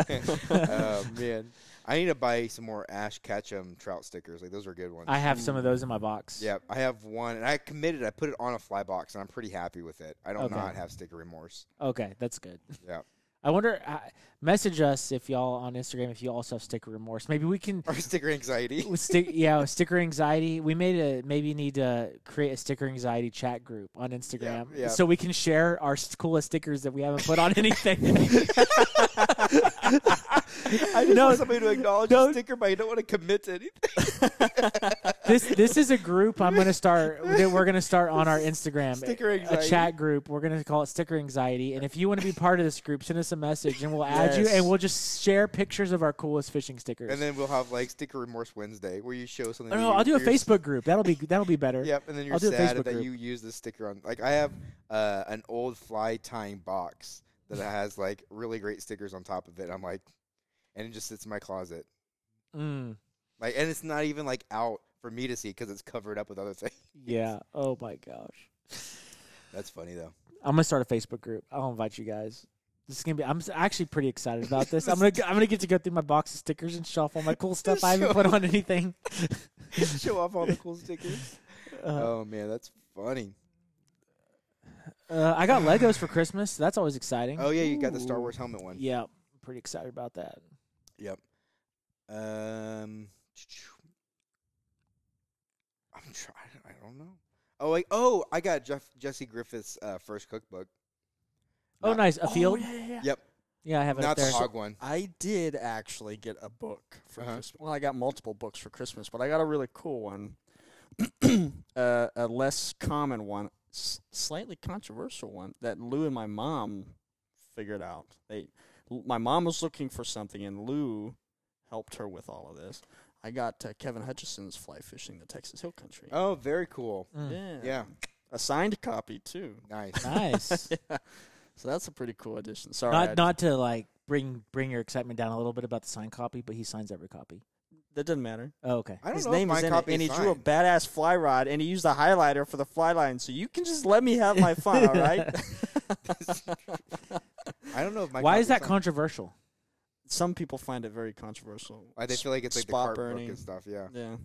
need- oh man, I need to buy some more Ash Ketchum trout stickers. Like those are good ones. I have some of those in my box. yeah, I have one, and I committed. I put it on a fly box, and I'm pretty happy with it. I don't Okay. not have sticker remorse. Okay, that's good. Yeah. I wonder. Uh, message us if y'all on Instagram if you also have sticker remorse. Maybe we can. Or sticker anxiety. with stick, yeah, with sticker anxiety. We made a maybe need to create a sticker anxiety chat group on Instagram yeah. so we can share our s- coolest stickers that we haven't put on anything. I just No, want somebody to acknowledge no. the sticker, but I don't want to commit to anything. this this is a group I'm gonna start that we're gonna start on our Instagram. Sticker A anxiety. chat group. We're gonna call it sticker anxiety. And if you want to be part of this group, send us a message and we'll add you Yes. and we'll just share pictures of our coolest fishing stickers. And then we'll have like sticker remorse Wednesday, where you show something. Oh, that no, you- I'll do a you're- Facebook group. That'll be that'll be better. Yep, and then you're I'll do a sad Facebook that group. you use the sticker on. Like I have uh, an old fly tying box that has like really great stickers on top of it. I'm like, and it just sits in my closet. Mm, Like, and it's not even like out for me to see because it's covered up with other things. yeah. Oh my gosh. That's funny though. I'm gonna start a Facebook group. I'll invite you guys. This is gonna be. I'm s- actually pretty excited about this. I'm gonna. I'm gonna get to go through my box of stickers and shuffle my cool stuff I haven't put on anything. Show off all the cool stickers. Uh, Oh man, that's funny. uh, I got Legos for Christmas. so that's always exciting. Oh yeah, you got the Star Ooh. Wars helmet one. Yeah, I'm pretty excited about that. Yep. Um, I'm trying. I don't know. Oh, like oh, I got Jeff Jesse Griffith's uh, first cookbook. Oh, Not- nice. A field. yeah, yeah, yeah. Yep. Yeah, I have it up Not the there. hog one. I did actually get a book for Uh-huh. Christmas. Well, I got multiple books for Christmas, but I got a really cool one, uh, a less common one, s- slightly controversial one that Lou and my mom figured out. They, l- my mom was looking for something, and Lou helped her with all of this. I got uh, Kevin Hutchison's Fly Fishing the Texas Hill Country. Oh, very cool. Mm, yeah, Yeah, a signed copy too. nice. nice. yeah, so that's a pretty cool addition. Sorry, I- not not to like bring bring your excitement down a little bit about the signed copy, but he signs every copy. that doesn't matter. Oh, okay. I don't His know if name my is in it, copy and he is drew a signed. badass fly rod, and he used a highlighter for the fly line. So you can just let me have my fun, all right? I don't know if my. Why copy is that signed. controversial? Some people find it very controversial. Why they feel like it's like the Spot cart book burning. and stuff. Yeah. yeah,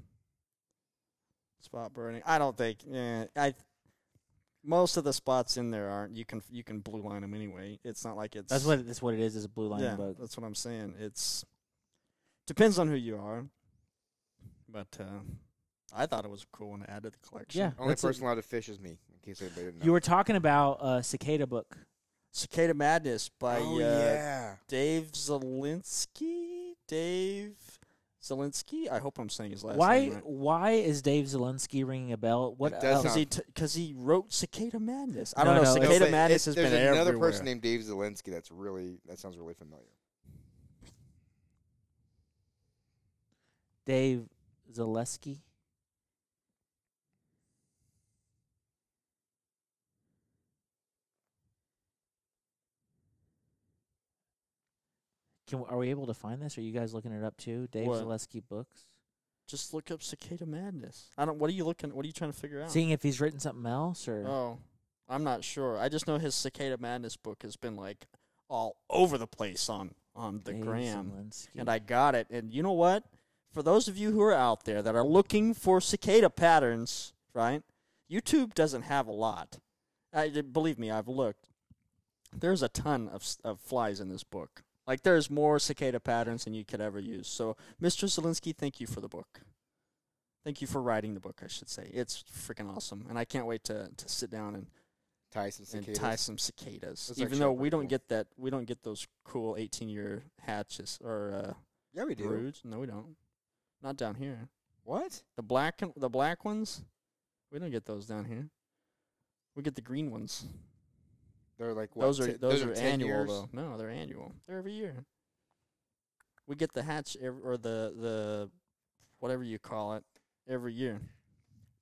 spot burning. I don't think. Yeah, I. Most of the spots in there aren't. You can you can blue line them anyway. It's not like it's That's what that's what it is. Is a blue line yeah, bug. that's what I'm saying. It's depends on who you are, but uh, I thought it was a cool one to add to the collection. Yeah. Only That's a- person allowed to fish is me. In case case anybody didn't know. You were talking about a cicada book. Cicada Madness by oh, uh, yeah. Dave Zelinsky. Dave Zelinsky. I hope I'm saying his last Why? name. right. Why is Dave Zelensky ringing a bell? What It does else? Because he, t- he wrote Cicada Madness. I don't No, no, know. No, Cicada but Madness it- has been there's everywhere. another person named Dave Zelensky that's really that sounds really familiar. Dave Zaleski. Can, are we able to find this? Are you guys looking it up too? Dave What? Zaleski books. Just look up Cicada Madness. I don't. What are you looking? What are you trying to figure out? Seeing if he's written something else or Oh, I'm not sure. I just know his Cicada Madness book has been like all over the place on on the Dave gram, Zelinsky. and I got it. And you know what? For those of you who are out there that are looking for cicada patterns, right? YouTube doesn't have a lot. I, believe me, I've looked. There's a ton of s- of flies in this book. Like there's more cicada patterns than you could ever use. So, Mr. Zelinsky, thank you for the book. Thank you for writing the book, I should say. It's freaking awesome, and I can't wait to, to sit down and, Tyson and cicadas. tie some cicadas. Those are Even though actually we pretty don't cool. get that, we don't get those cool 18 year hatches or Yeah, we uh, do. broods. No, we don't. Not down here. What? The black and- the black ones, we don't get those down here. We get the green ones. They're like what? those are ti- those, are, 10 annual years? though. No, they're annual. They're every year. We get the hatch ev- or the the whatever you call it every year.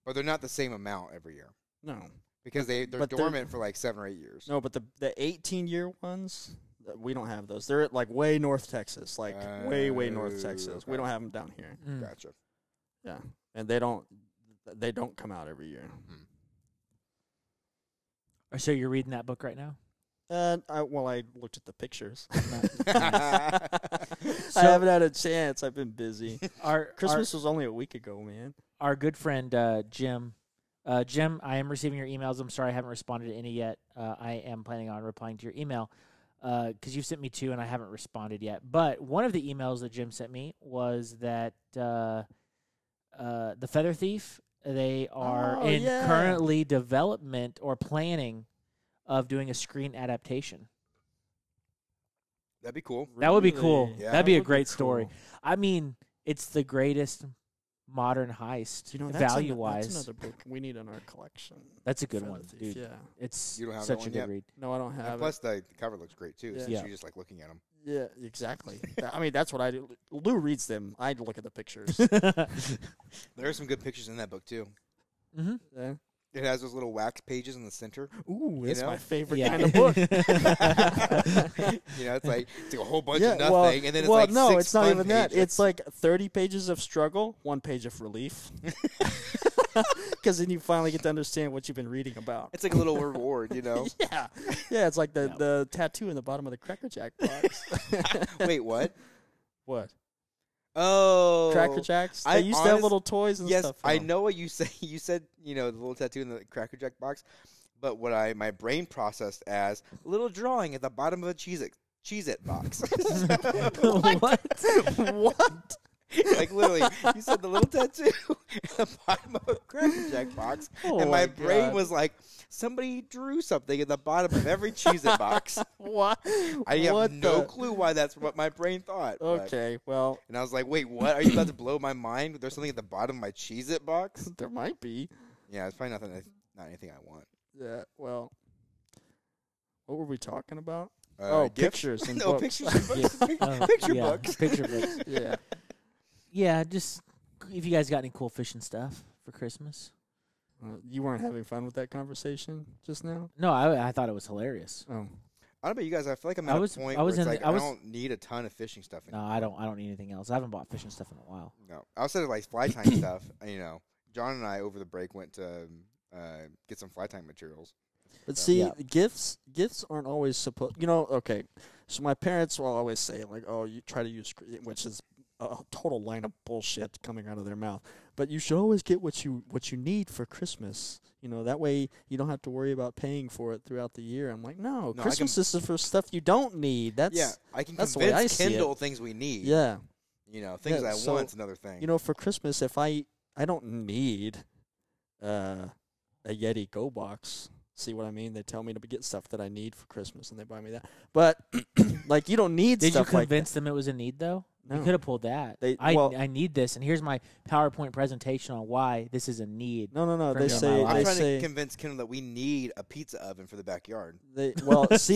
But they're not the same amount every year No, because they they're But they're- dormant for like seven or eight years. no, but the the eighteen year ones th- we don't have those. They're at like way north Texas, like way way north Oh, Texas. We okay. don't have them down here. Mm. Gotcha. Yeah, and they don't they don't come out every year. Or Oh, So you're reading that book right now? Uh, I, well, I looked at the pictures. So- I haven't had a chance. I've been busy. Our Christmas was only a week ago, man. our good friend uh, Jim. Uh, Jim, I am receiving your emails. I'm sorry I haven't responded to any yet. Uh, I am planning on replying to your email because you've sent me two and I haven't responded yet. But one of the emails that Jim sent me was that uh, uh, the Feather Thief they are Oh, in yeah. currently development or planning of doing a screen adaptation. That'd be cool. That would be cool. Really? Yeah. That'd be That a would be great story. cool. I mean, it's the greatest modern heist You know, that's value an- wise. that's another book we need in our collection. That's a good Feather one, Thief, dude. Yeah. It's You don't have that such a one good yet? read. No, I don't And have. plus, the the cover looks great too. Yeah. Since Yeah. you're just like looking at them. it. Yeah, exactly. Th- I mean, that's what I do. Lou reads them. I look at the pictures. There are some good pictures in that book too. mm-hmm. Yeah. It has those little wax pages in the center. Ooh, it's know? my favorite Yeah. kind of book. You know, it's like it's like a whole bunch yeah, of nothing, well, and then it's well, like no, six it's not fun even that. pages. It's like thirty pages of struggle, one page of relief. Because then you finally get to understand what you've been reading about. it's like a little reward, you know. Yeah, yeah, it's like the, Yeah. the tattoo in the bottom of the Cracker Jack box. Wait, what? what? Oh, Cracker Jacks? They I used to have honest- little toys and Yes, stuff. in I them. know what you say. You said you know the little tattoo in the Cracker Jack box, but what I my brain processed as little drawing at the bottom of a cheese it cheese it box. what? what? like literally, you said the little tattoo at the bottom of a Cracker Jack box, Oh and my, my brain God. was like, somebody drew something at the bottom of every cheese it box. What? I have What no the- clue why that's what my brain thought. but- Okay, well, And I was like, wait, what? Are you about to blow my mind? There's something at the bottom of my Cheez It box? there might be. Yeah, it's probably nothing, not anything I want. Yeah, well, what were we talking about? Uh, oh, gifts? pictures and no, books. pictures and books. Pic- Uh, Picture yeah, books. Picture books. yeah. Yeah, just if you guys got any cool fishing stuff for Christmas. Uh, you weren't having fun with that conversation just now? No, I I thought it was hilarious. Oh. I don't know about you guys. I feel like I'm I at was- a point I was where it's in- like I I, was- don't need a ton of fishing stuff No, anymore. I don't. I don't need anything else. I haven't bought fishing stuff in a while. No. Outside of like fly time stuff, you know, John and I over the break went to um, uh, get some fly time materials. But So- see, Yeah. gifts gifts aren't always supposed. You know, okay. So my parents will always say like, "Oh, you try to use," cre- which is a a total line of bullshit coming out of their mouth. But you should always get what you what you need for Christmas. You know, that way you don't have to worry about paying for it throughout the year. I'm like, no, No, I Christmas is for stuff you don't need. That's yeah, I can that's the way convince I see it. Kindle things we need. yeah. You know, things Yeah, I so, want's another thing. You know, for Christmas, if I I don't need uh a Yeti Go box. See what I mean? They tell me to get stuff that I need for Christmas, and they buy me that. But like, you don't need Did you stuff like that. convince them it was a need though? You No. could have pulled that. They- I well- I need this, and here's my PowerPoint presentation on why this is a need. No, no, no. for They me on my say life. I'm they trying say to convince Kendall that we need a pizza oven for the backyard. they. Well, see,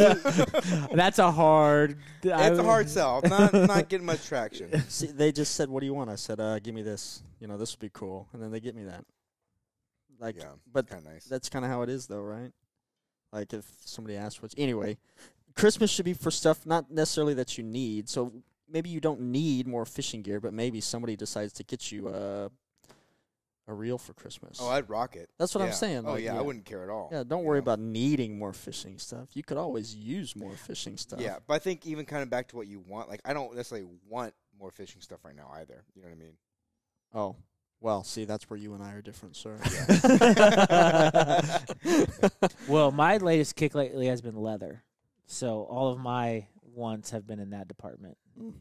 That's a hard. It's a hard sell. I'm not, I'm not getting much traction. see, they just said, "What do you want?" I said, uh, "Give me this. You know, this would be cool." And then they get me that. Like, yeah, but kind of nice. that's kind of how it is, though, right? Like if somebody asks what's anyway, Christmas should be for stuff not necessarily that you need. So maybe you don't need more fishing gear, but maybe somebody decides to get you a a reel for Christmas. oh, I'd rock it. That's what I'm Yeah. saying, Oh like, yeah, yeah. I wouldn't care at all. yeah, don't you worry know? about needing more fishing stuff. You could always use more fishing stuff. Yeah, but I think even kind of back to what you want. Like I don't necessarily want more fishing stuff right now either. You know what I mean? Oh. Well, see, that's where you and I are different, sir. Well, my latest kick lately has been leather, so all of my wants have been in that department. Mm,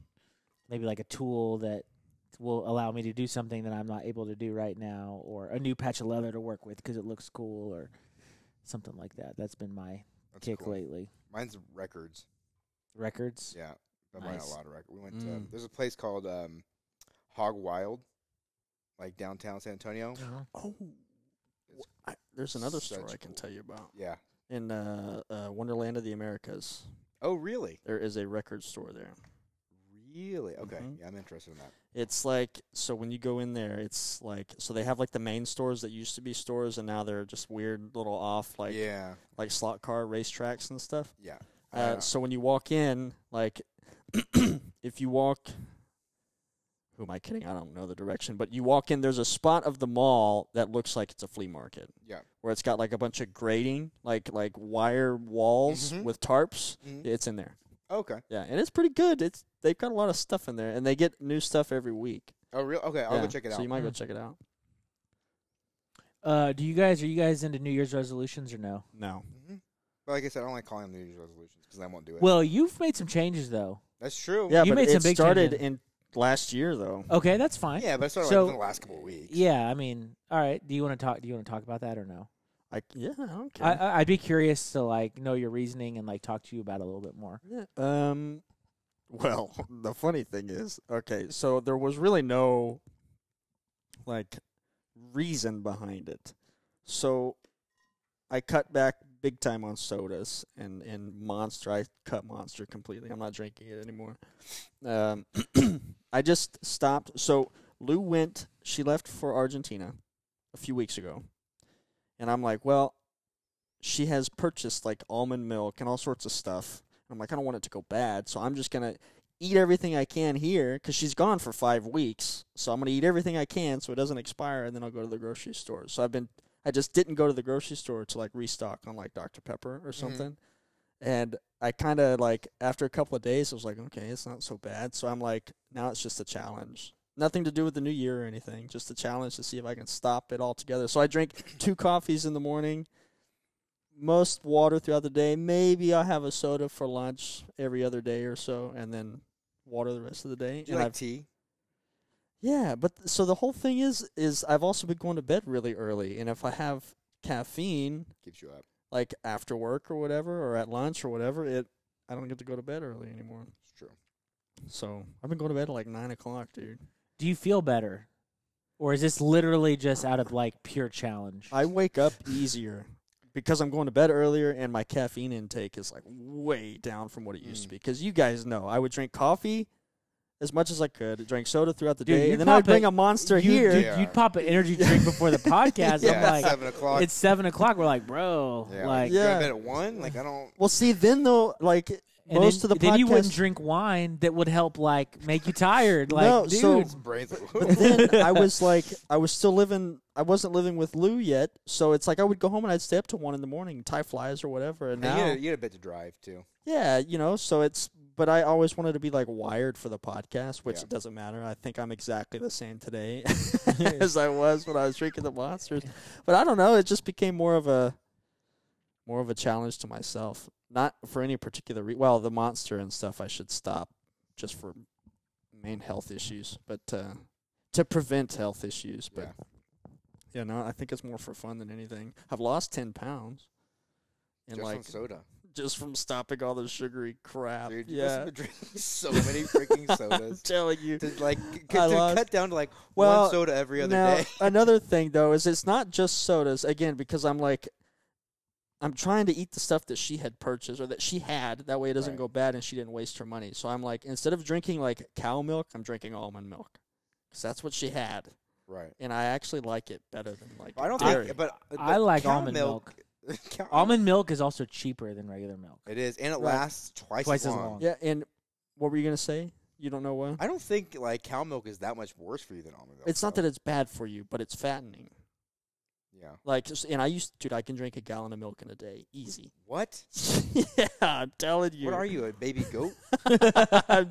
Maybe like a tool that will allow me to do something that I'm not able to do right now, or a new patch of leather to work with because it looks cool, or something like that. That's been my That's kick cool. lately. Mine's records. Records. Yeah, been buying Nice. a lot of records. We went to Mm. there's a place called um, Hog Wild, like downtown San Antonio. Uh-huh. oh. I, there's another story Such I can cool- tell you about. Yeah. in uh, uh, Wonderland of the Americas. Oh really? There is a record store there. Really? Okay. Mhm. Yeah, I'm interested in that. It's like so when you go in there, it's like so they have like the main stores that used to be stores, and now they're just weird little off like yeah. like slot car racetracks and stuff. Yeah. Uh, Uh, So when you walk in, like if you walk, who am I kidding? I don't know the direction, but you walk in. There's a spot of the mall that looks like it's a flea market. Yeah. where it's got like a bunch of grating, like like wire walls Mhm. with tarps. Mhm. It's in there. Okay. Yeah, and it's pretty good. It's they've got a lot of stuff in there, and they get new stuff every week. Oh real? Okay, I'll Yeah, go check it out. Mm-hmm. So you might go Mm. check it out. Uh, do you guys are you guys into New Year's resolutions or no? No, hmm But like I said, I don't like calling them New Year's resolutions because I won't do it. Well, you've made some changes though. that's true. yeah, You but made it some big started changes. in last year though. Okay, that's fine. Yeah, but I started So- like within the last couple of weeks. Yeah, I mean, all right. Do you want to talk? Do you want to talk about that or no? I yeah, I don't care. I I, I'd be curious to like know your reasoning and like talk to you about it a little bit more. Yeah, um, well, the funny thing is, okay, so there was really no like reason behind it. So I cut back big time on sodas and and Monster. I cut Monster completely. I'm not drinking it anymore. Um, I just stopped. So Lou went. She left for Argentina a few weeks ago, and I'm like, well, she has purchased like almond milk and all sorts of stuff. And I'm like, I don't want it to go bad, so I'm just gonna eat everything I can here because she's gone for five weeks. So I'm gonna eat everything I can so it doesn't expire, and then I'll go to the grocery store. So I've been, I just didn't go to the grocery store to like restock on like Dr Pepper or something. And I kind of like after a couple of days, I was like, okay, it's not so bad. So I'm like, now it's just a challenge. Nothing to do with the new year or anything, just a challenge to see if I can stop it altogether. So I drink two coffees in the morning, most water throughout the day. Maybe I'll have a soda for lunch every other day or so, and then water the rest of the day. Do you and like I've- tea? yeah, but th- so the whole thing is, is I've also been going to bed really early, and if I have caffeine, Keeps you up. like after work or whatever, or at lunch or whatever, it I don't get to go to bed early anymore. It's true. So I've been going to bed at like nine o'clock, dude. Do you feel better, or is this literally just out of like pure challenge? I wake up easier because I'm going to bed earlier and my caffeine intake is like way down from what it used to Mm. be. Because you guys know I would drink coffee as much as I could, drink soda throughout the Dude, day, you and then I would pop it- bring a monster you, here. Dude, Yeah. You'd pop an energy drink before the podcast. Yeah, I'm it's like, seven o'clock. it's seven o'clock. We're like, bro, yeah. like, you go to Yeah. bed at one. Like I don't. Well, see, then though, like and most then, of the then you wouldn't podcast. drink wine that would help like make you tired. Like, No, dude, so- It's brains. but then I was like, I was still living. I wasn't living with Lou yet, so it's like I would go home and I'd stay up till one in the morning, tie flies or whatever. And And you, now, had a, you had a bit to drive too. Yeah, you know, so it's but I always wanted to be like wired for the podcast, which Yeah. it doesn't matter. I think I'm exactly the same today as I was when I was drinking the monsters. But I don't know, it just became more of a more of a challenge to myself. Not for any particular re- well, the monster and stuff I should stop just for main health issues, but uh to prevent health issues, but Yeah. You know, I think it's more for fun than anything. I've lost ten pounds. And Just like on soda. just from stopping all the sugary crap. Dude, you must have yeah. been drinking so many freaking I'm sodas. telling you. to like c- c- I to lost- cut down to like Well, one soda every other now, day. another thing though is it's not just sodas again because I'm like I'm trying to eat the stuff that she had purchased or that she had that way it doesn't Right. go bad and she didn't waste her money. So I'm like instead of drinking like cow milk, I'm drinking almond milk cuz that's what she had Right. and I actually like it better than like I don't dairy. think, but uh, I the like cow almond milk. cow- Almond milk is also cheaper than regular milk. It is, and it Right. lasts twice, Twice as as long. long. Yeah, and what were you going to say? You don't know what? I don't think like cow milk is that much worse for you than almond milk. It's not though. that it's bad for you, but it's fattening. yeah. Like just- and I used dude, I can drink a gallon of milk in a day easy. What? yeah, I'm telling you. What are you, a baby goat? I'm,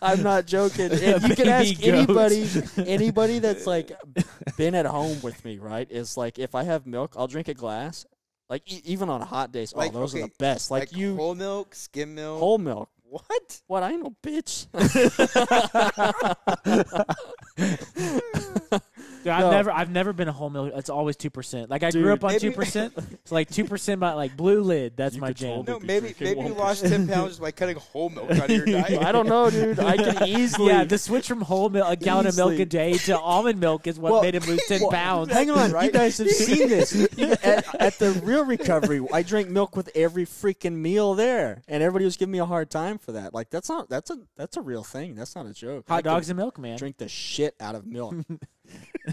I'm not joking. And you can ask Baby goat. anybody, anybody that's like been at home with me, right? Is like if I have milk, I'll drink a glass. Like e- even on hot days, Like, oh, those are okay, the best. Like, you whole, whole milk, skim milk. milk. what? What I know, bitch. Dude, I've No. never I've never been a whole milk. It's always two percent. Like I grew Dude. up on Maybe- two percent. It's like two percent by like blue lid. That's You my control jam. the No, be maybe drinking maybe you lost ten pounds just by cutting whole milk out of your diet. I don't know, dude. I can easily. Yeah, the switch from whole milk, a gallon of milk Easily. a day to almond milk is what Well, made him lose ten Well, pounds. Hang on, you right? guys have seen this at, at the real recovery. I drank milk with every freaking meal there, and everybody was giving me a hard time for that. Like that's not that's a that's a real thing. That's not a joke. I Hot can dogs and milk, man. Drink the shit out of milk.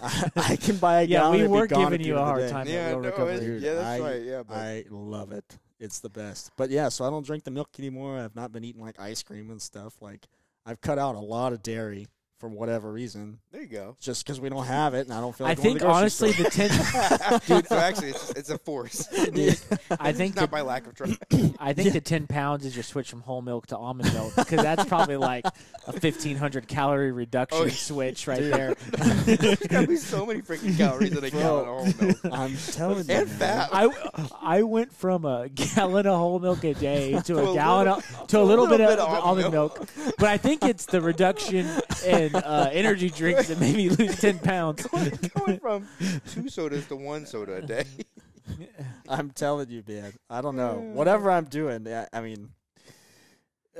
I, I can buy a Yeah, gallon. we and be were gone at giving the you a end of the hard day. time. Yeah, at Real no, Recovery. it's- Dude, yeah, that's I- right. Yeah, but I love it. It's the best. But yeah, so I don't drink the milk anymore. I've not been eating like ice cream and stuff. Like I've cut out a lot of dairy for whatever reason, there you go. just because we don't have it, and I don't feel. I Like going think to the grocery honestly store. the ten. so actually, it's, just, it's a force. I think it's not the- by lack of trying. I think the ten pounds is your switch from whole milk to almond milk because that's probably like a fifteen hundred calorie reduction Oh, yeah. switch right there. There's gotta be so many freaking calories in a gallon of whole milk. I'm telling you. And man. fat. I, I went from a gallon of whole milk a day to a, a gallon little- of, to a little, bit, of almond almond milk. but I think it's the reduction in uh, energy drinks that made me lose ten pounds. going from two sodas to one soda a day. I'm telling you, man. I don't know. Whatever I'm doing, I, I mean,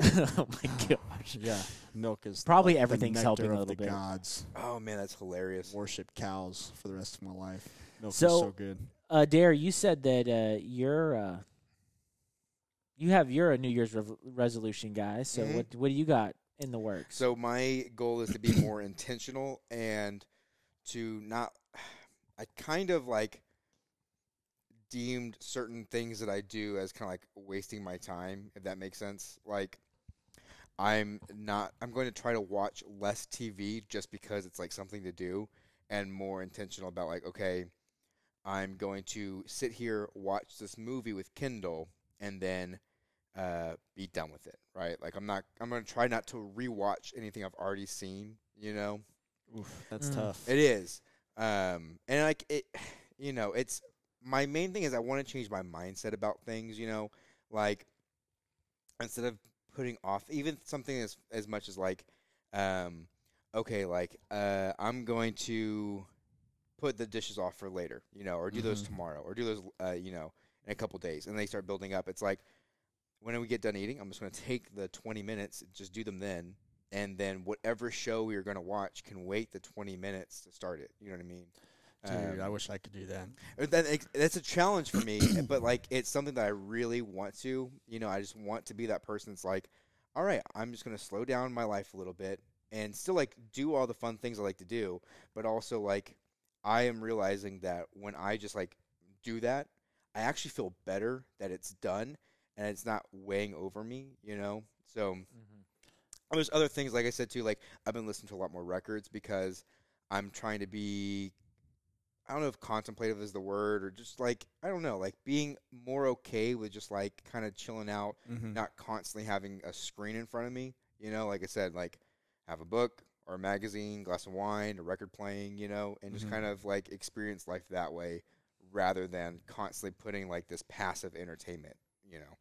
oh my gosh! yeah, milk is Probably like the everything's nectar helping a of little the bit. Gods Oh man, that's hilarious. worship cows for the rest of my life. Milk is So- so good. Uh, Dare, you said that uh, you're uh, you have you're a New Year's rev- resolution guy. So Mhm. what what do you got in the works? So my goal is to be more intentional and to not. I kind of like deemed certain things that I do as kind of like wasting my time, if that makes sense. Like I'm not. I'm going to try to watch less TV just because it's like something to do, and more intentional about like okay. I'm going to sit here, watch this movie with Kindle, and then uh, be done with it, right? Like I'm not, I'm gonna try not to rewatch anything I've already seen. You know, Oof, that's Mm. tough. it is, um, and like it, you know, it's my main thing is I want to change my mindset about things. You know, like instead of putting off even something as as much as like, um, okay, like uh, I'm going to put the dishes off for later. You know, or do those Mhm. tomorrow, or do those, uh, you know, in a couple days, and they start building up. It's like when we get done eating, I'm just going to take the 20 minutes, just do them then, and then whatever show we are going to watch can wait the 20 minutes to start it. You know what I mean? Dude, I Um, wish I could do that. uh, That, ex- that's a challenge for me, eh, but like it's something that I really want to. You know, I just want to be that person that's like, all right, I'm just going to slow down my life a little bit and still like do all the fun things I like to do, but also like I am realizing that when I just like do that, I actually feel better that it's done and it's not weighing over me, you know? So Mm-hmm. and there's other things like I said too. Like I've been listening to a lot more records because I'm trying to be. I don't know if contemplative is the word or just like I don't know, like being more okay with just like kind of chilling out, Mhm. not constantly having a screen in front of me. You know, like I said, like have a book or a magazine, glass of wine, a record playing, you know, and just Mhm. kind of like experience life that way rather than constantly putting like this passive entertainment, you know.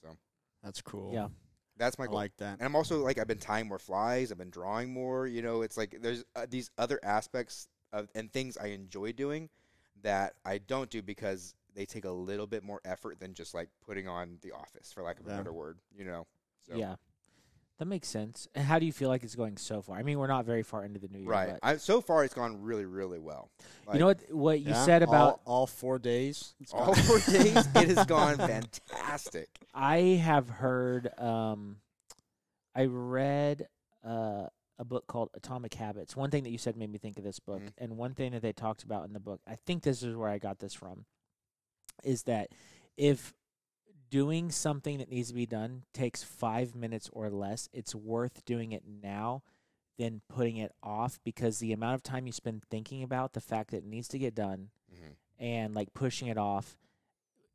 So That's cool. Yeah. that's my I goal. like that. And I'm also like I've been tying more flies, I've been drawing more. You know, it's like there's uh, these other aspects of and things I enjoy doing that I don't do because they take a little bit more effort than just like putting on the office for lack of Yeah. a better word, you know. So, Yeah. That makes sense. And how do you feel like it's going so far? I mean, we're not very far into the new year, Right. but- I, so far, it's gone really, really well. you know what? What you Yeah, said all- about all, four days. It's All gone. four days, it has gone fantastic. I have heard. Um, I read uh, a book called Atomic Habits. One thing that you said made me think of this book, Mhm. and one thing that they talked about in the book. I think this is where I got this from. Is that if doing something that needs to be done takes five minutes or less, it's worth doing it now than putting it off because the amount of time you spend thinking about the fact that it needs to get done Mm-hmm. and like pushing it off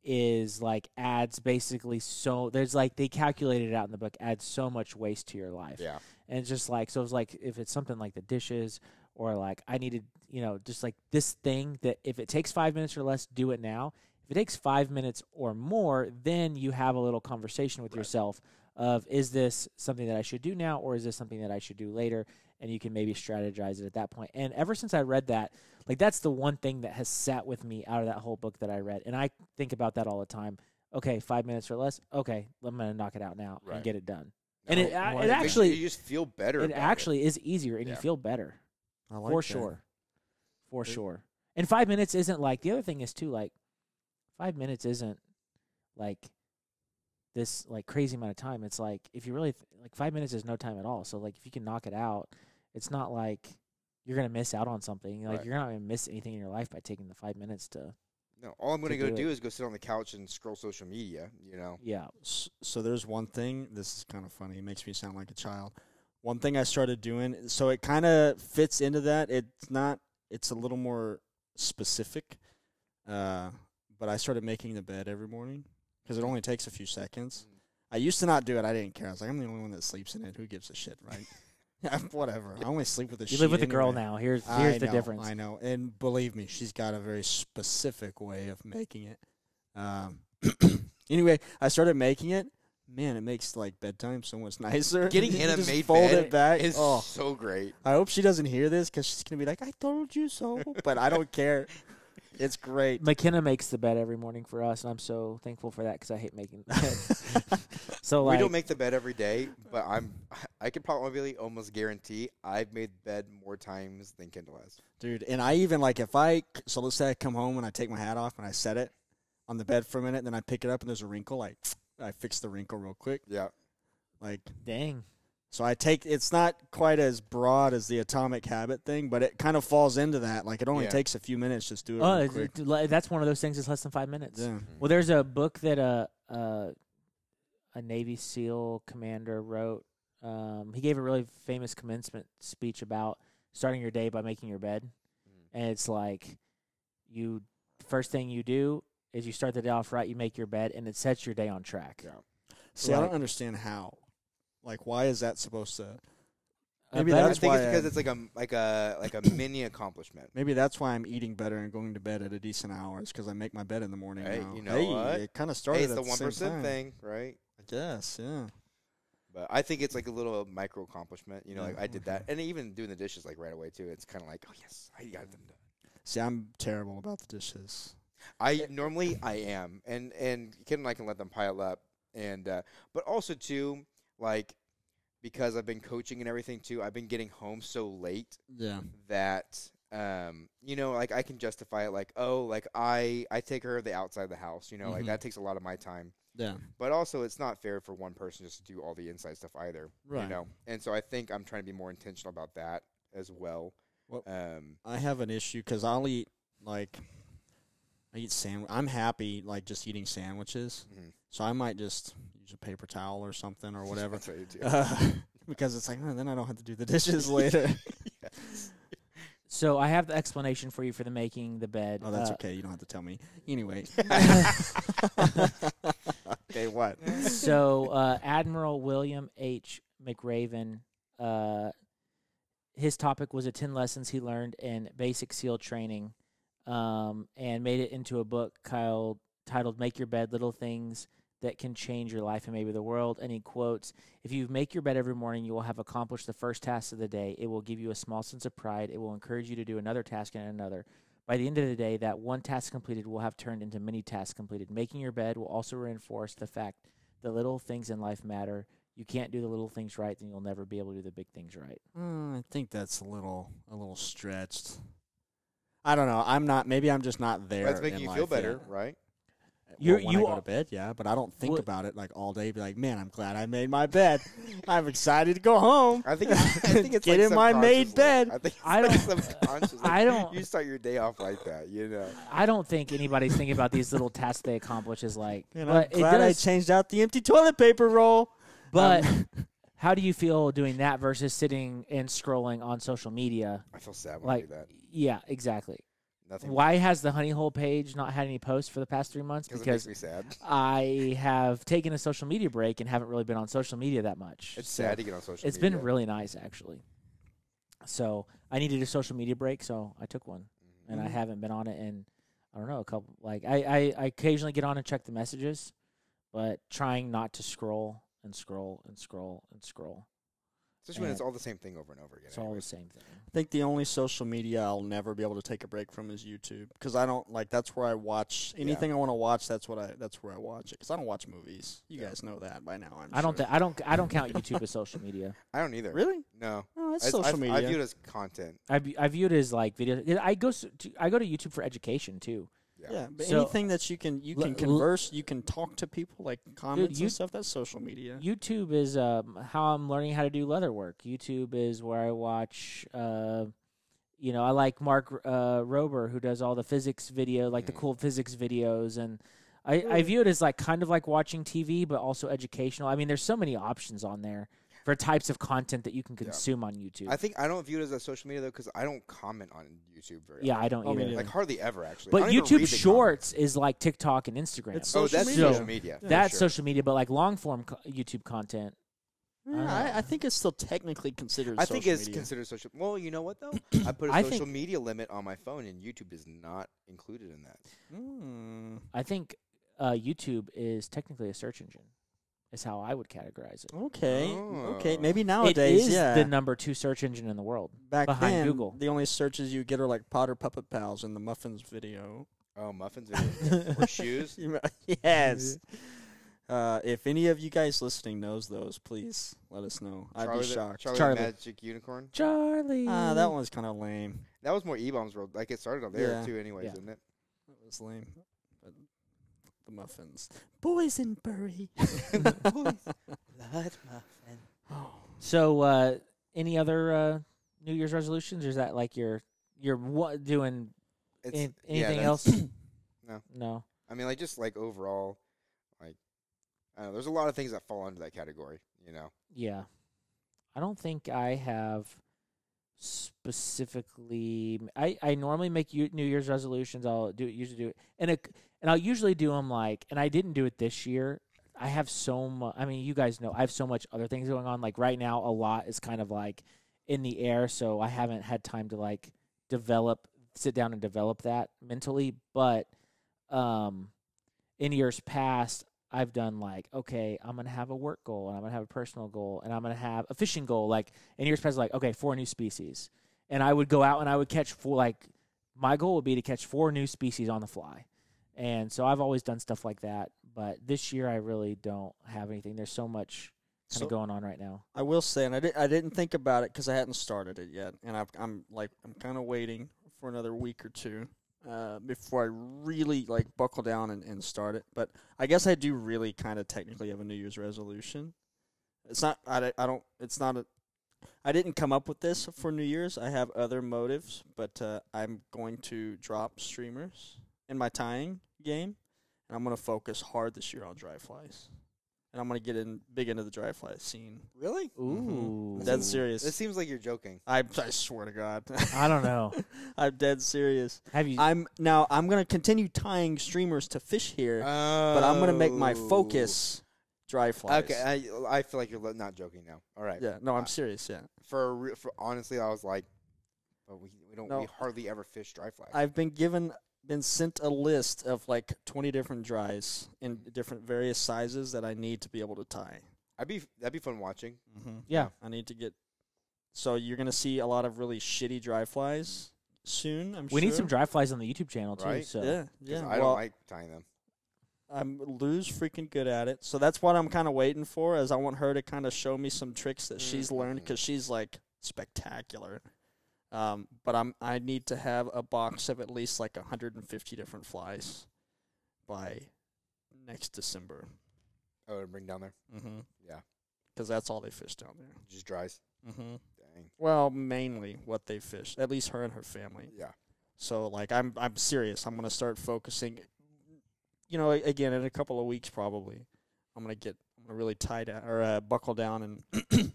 is like adds basically so there's like they calculated it out in the book adds so much waste to your life Yeah. and it's just like so it's like if it's something like the dishes or like i needed you know just like this thing that if it takes five minutes or less do it now if it takes five minutes or more then you have a little conversation with Right. yourself of is this something that i should do now or is this something that i should do later and you can maybe strategize it at that point point. and ever since i read that like that's the one thing that has sat with me out of that whole book that i read and i think about that all the time okay five minutes or less okay i'm gonna knock it out now Right. and get it done And it- I- Well, it you- actually- you just feel better. it about actually is easier and Yeah. you feel better I like for that. sure for It- sure and five minutes isn't like the other thing is too like five minutes isn't like this like crazy amount of time it's like if you really th- like five minutes is no time at all so like if you can knock it out it's not like you're gonna miss out on something like Right. you're not gonna miss anything in your life by taking the five minutes to No, all I'm going to to go do do it. is go sit on the couch and scroll social media. You know. yeah S- So there's one thing. This is kind of funny. It makes me sound like a child. One thing I started doing. So it kind of fits into that. It's not. It's a little more specific. Uh, but I started making the bed every morning because it only takes a few seconds. Mm. I used to not do it. I didn't care. I was like, I'm the only one that sleeps in it. Who gives a shit, right? Yeah, Whatever. I only sleep with a. you live with a sheet girl anyway. now here's I here's the know, difference I know, and believe me, she's got a very specific way of making it. Um, anyway, I started making it. Man, it makes like bedtime so much nicer. Getting You in a just made fold bed it back. is Oh, so great. I hope she doesn't hear this because she's gonna be like, "I told you so," but I don't care. It's great. McKenna makes the bed every morning for us, and I'm so thankful for that because I hate making the bed. so like, we don't make the bed every day, but I'm I could probably almost guarantee I've made bed more times than Kendall has. Dude, and I even like if I so let's say I come home and I take my hat off and I set it on the bed for a minute, then I pick it up and there's a wrinkle. Like I fix the wrinkle real quick. Yeah. Like dang, So I take it's not quite as broad as the atomic habit thing, but it kind of falls into that. Like it only Yeah. takes a few minutes just do it oh, real it's- quick. it's li- that's one of those things that's less than five minutes. Yeah. Well, there's a book that a a, a Navy SEAL commander wrote. Um, he gave a really famous commencement speech about starting your day by making your bed, Mm. and it's like you first thing you do is you start the day off right, you make your bed, and it sets your day on track. Yeah. See, I Like- don't understand how. Like why is that supposed to A Maybe bed- I That's think it's why because I- it's like a like a like a mini accomplishment. maybe that's why I'm eating better and going to bed at a decent hour is because I make my bed in the morning Hey, now. you know hey, what? it kind of started Hey, it's at the the one same percent time. thing, right? I guess, yeah. But I think it's like a little micro accomplishment. You know, like Yeah, I did that, and even doing the dishes like right away too. It's kind of like, oh yes, I got them done. See, I'm terrible about the dishes. I normally I am, and and Kim and I can let them pile up, and uh, but also too like because I've been coaching and everything too. I've been getting home so late Yeah. that um you know like I can justify it like oh like I I take care of the outside of the house you know like Mhm. that takes a lot of my time, Yeah. but also it's not fair for one person just to do all the inside stuff either Right. you know, and so I think I'm trying to be more intentional about that as well. Well- um, I have an issue because I'll eat like I eat sandwich. I'm happy like just eating sandwiches, Mhm. so I might just use a paper towel or something or whatever, that's what you do. uh, because it's like oh, then I don't have to do the dishes later. So I have the explanation for you for the making the bed. oh, that's Uh, okay. You don't have to tell me anyway. okay, what? so uh, Admiral William H. McRaven, uh, his topic was the ten lessons he learned in basic SEAL training, um, and made it into a book called titled "Make Your Bed: Little Things that can change your life and maybe the world. And he quotes, If you make your bed every morning, you will have accomplished the first task of the day. It will give you a small sense of pride. It will encourage you to do another task and another. By the end of the day, that one task completed will have turned into many tasks completed. Making your bed will also reinforce the fact that little things in life matter. You can't do the little things right, then you'll never be able to do the big things right. Mm, I think that's a little a little stretched. I don't know. I'm not. Maybe I'm just not there. That's in making you life feel yet. better, right? You're- well, when you I go are- to bed, yeah, but I don't think Well- about it like all day. Be like, man, I'm glad I made my bed. I'm excited to go home. I think. It's, I think it's Get like in my made subconsciously. bed. I think it's I like don't- subconsciously. I don't- You start your day off like that, you know. I don't think anybody's thinking about these little tasks they accomplish as like, And I'm but it glad I does. changed out the empty toilet paper roll. Um, but how do you feel doing that versus sitting and scrolling on social media? I feel sad when I Like, do that. yeah, exactly. Nothing. Why has the Honey Hole page not had any posts for the past three months? Because it makes Because me sad. I have taken a social media break and haven't really been on social media that much. It's So sad to get on social. It's media. been really nice actually. So I needed a social media break, so I took one, and I haven't been on it in I don't know a couple. Like I, I, I occasionally get on and check the messages, but trying not to scroll and scroll and scroll and scroll. Especially when it's and- all the same thing over and over again. It's all the anyways. same thing. I think the only social media I'll never be able to take a break from is YouTube because I don't like that's where I watch anything I want to watch. That's what I that's where I watch it because I don't watch movies. You Yeah. guys know that by now. I'm I don't. sure. Th- I don't. I don't count YouTube as social media. I don't either. really. No. No, it's I- social I, media. I view it as content. I, v- I view it as like video. I go s- to, I go to YouTube for education too. Yeah. yeah, but So- anything that you can you L- can l- converse, you can talk to people, like comments you- and stuff. That's social media. YouTube is um, how I'm learning how to do leather work. YouTube is where I watch. Uh, you know, I like Mark uh, Rober who does all the physics video, like the Mhm. cool physics videos, and I, I view it as like kind of like watching TV, but also educational. I mean, there's so many options on there for types of content that you can Yeah. consume on YouTube. I think I don't view it as a social media though because I don't comment on YouTube very. yeah, I don't Oh, me either. neither. Like hardly ever actually. I But don't even read YouTube the Shorts is like TikTok and Instagram. It's comments. Oh, Social that's media. social media. for That's sure. social media, but like long form co- YouTube content. Yeah, Ah. I, I think it's still technically considered. I think social it's media. considered social. Well, you know what though? I put a I social think- media limit on my phone, and YouTube is not included in that. hmm. Mm. I think uh, YouTube is technically a search engine, is how I would categorize it. Okay, okay. Oh. Maybe it nowadays, is yeah. the number two search engine in the world. Back behind then, Google. the only searches you get are like Potter Puppet Pals and the Muffins video. Oh, muffins videos. or shoes. You know- yes. Uh, if any of you guys listening knows those, please let us know. I'd Charlie be the- shocked. Charlie, Charlie. The Magic Unicorn. Charlie. Ah, that one's kind of lame. That was more E bombs world. Like it started on there Yeah. too, anyways, Yeah. didn't it? That was lame. But the muffins, boysenberry. So, uh, any other uh, New Year's resolutions, or is that like your your what doing It's, an- yeah, anything that's- else? No. no. I mean, like just like overall, like I don't know. There's a lot of things that fall under that category. You know, Yeah, I don't think I have specifically. I I normally make you, New Year's resolutions. I'll do usually do it, and it, and I'll usually do them like. And I didn't do it this year. I have so much. I mean, you guys know I have so much other things going on. Like right now, a lot is kind of like in the air, so I haven't had time to like develop, sit down and develop that mentally. But um, in years past, I've done like, okay, I'm gonna have a work goal and I'm gonna have a personal goal and I'm gonna have a fishing goal. Like in years past, like okay, four new species, and I would go out and I would catch four. Like my goal would be to catch four new species on the fly, and so I've always done stuff like that. But this year, I really don't have anything. There's so much kind So- of going on right now. I will say, and I, di- I didn't think about it because I hadn't started it yet, and I've, I'm like I'm kind of waiting for another week or two uh, before I really like buckle down and, and start it. But I guess I do really kind of technically have a New Year's resolution. It's not I, di- I don't it's not a I didn't come up with this for New Year's. I have other motives, but uh, I'm going to drop streamers in my tying game, and I'm going to focus hard this year on dry flies, and I'm going to get in big into the dry fly scene. really. Ooh, I'm dead serious. This Mm-hmm. seems like you're joking. I, I swear to God. I don't know. I'm dead serious. Have you? I'm now I'm gonna continue tying streamers to fish here, but I'm gonna make my Oh. focus dry flies. Okay, I, I feel like you're lo- not joking now. All right. yeah, no, I'm serious. Yeah, For, a re- for honestly, I was like, but we, we don't No. we hardly ever fish dry flies. I've been given been sent a list of like 20 different dries in different various sizes that I need to be able to tie. I'd be that'd be fun watching. Mm-hmm. Yeah. I need to get. So you're going to see a lot of really shitty dry flies soon, I'm We sure. need some dry flies on the YouTube channel too. Right? So Yeah, 'Cause yeah. I well, don't like tying them. I'm Lou's freaking good at it, so that's what I'm kind of waiting for. Is I want her to kind of show me some tricks that she's learned because she's like spectacular. Um, but I'm I need to have a box of at least like 150 different flies by next December. Oh, and bring down there. Mm-hmm. Yeah. because that's all they fish down there. Just dries. Mm-hmm. Dang. Well, mainly what they fish. At least her and her family. Yeah. So like I'm I'm serious. I'm gonna start focusing. You know, a- again in a couple of weeks probably, I'm gonna get I'm gonna really tie down or uh, buckle down, and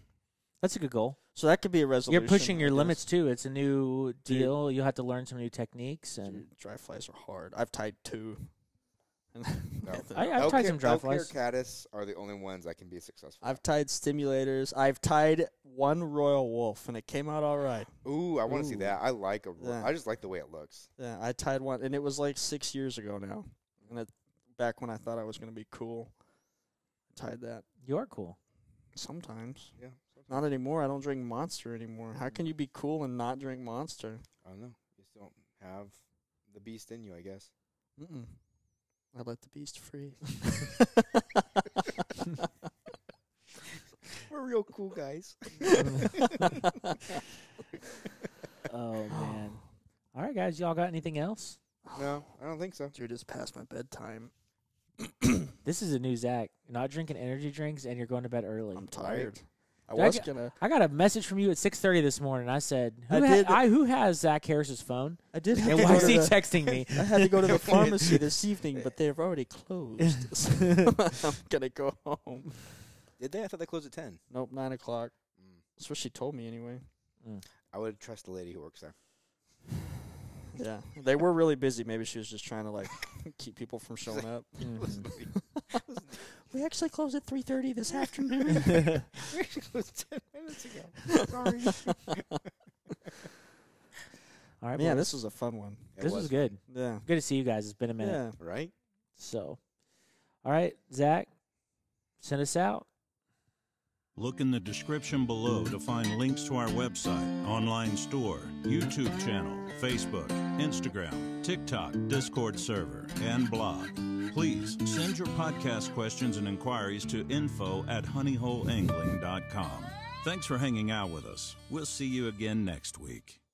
that's a good goal. so that could be a resolution. You're pushing your I guess. limits too. It's a new deal. You have to learn some new techniques, and Dude, dry flies are hard. I've tied two. And I, I've Elk tried hair- some dry elk hair flies. caddis are the only ones that can be successful. I've tied stimulators. I've tied one royal wolf, and it came out all right. Ooh, I want to see Ooh. that. I like a. ro- Yeah. I just like the way it looks. Yeah, I tied one, and it was like six years ago now, and it back when I thought I was gonna be cool. I tied that You are cool. sometimes. Yeah. Not anymore. I don't drink Monster anymore. How can you be cool and not drink Monster? I don't know. You just don't have the beast in you, I guess. Mm-mm. I let the beast free. We're real cool guys. Oh man. All right, guys. Y'all got anything else? No, I don't think so. Dude, it's past my bedtime. This is a new Zach. You're not drinking energy drinks, and you're going to bed early. I'm tired. I Did I was get- gonna. I got a message from you at 6:30 this morning. I said, I "Who, ha- did. I, who has Zach Harris's phone? I did. Have And to why go is to he the, texting me?" I had to go to the pharmacy this evening, but they've already closed. So I'm gonna go home. Did they? I thought they closed at ten. Nope, nine o'clock. Mm. That's what she told me anyway. Mm, I would trust the lady who works there. Yeah, they were really busy. Maybe she was just trying to like keep people from showing up. Mhm. Mm. We actually closed at three thirty this afternoon. We actually closed ten minutes ago. Sorry. All right, Yeah, boys. this was a fun one. It this was good. Yeah. Good to see you guys. It's been a minute. Yeah. right? So, all right, Zach, send us out. Look in the description below to find links to our website, online store, YouTube channel, Facebook, Instagram, TikTok, Discord server, and blog. Please send your podcast questions and inquiries to info at honeyholeangling.com. Thanks for hanging out with us. We'll see you again next week.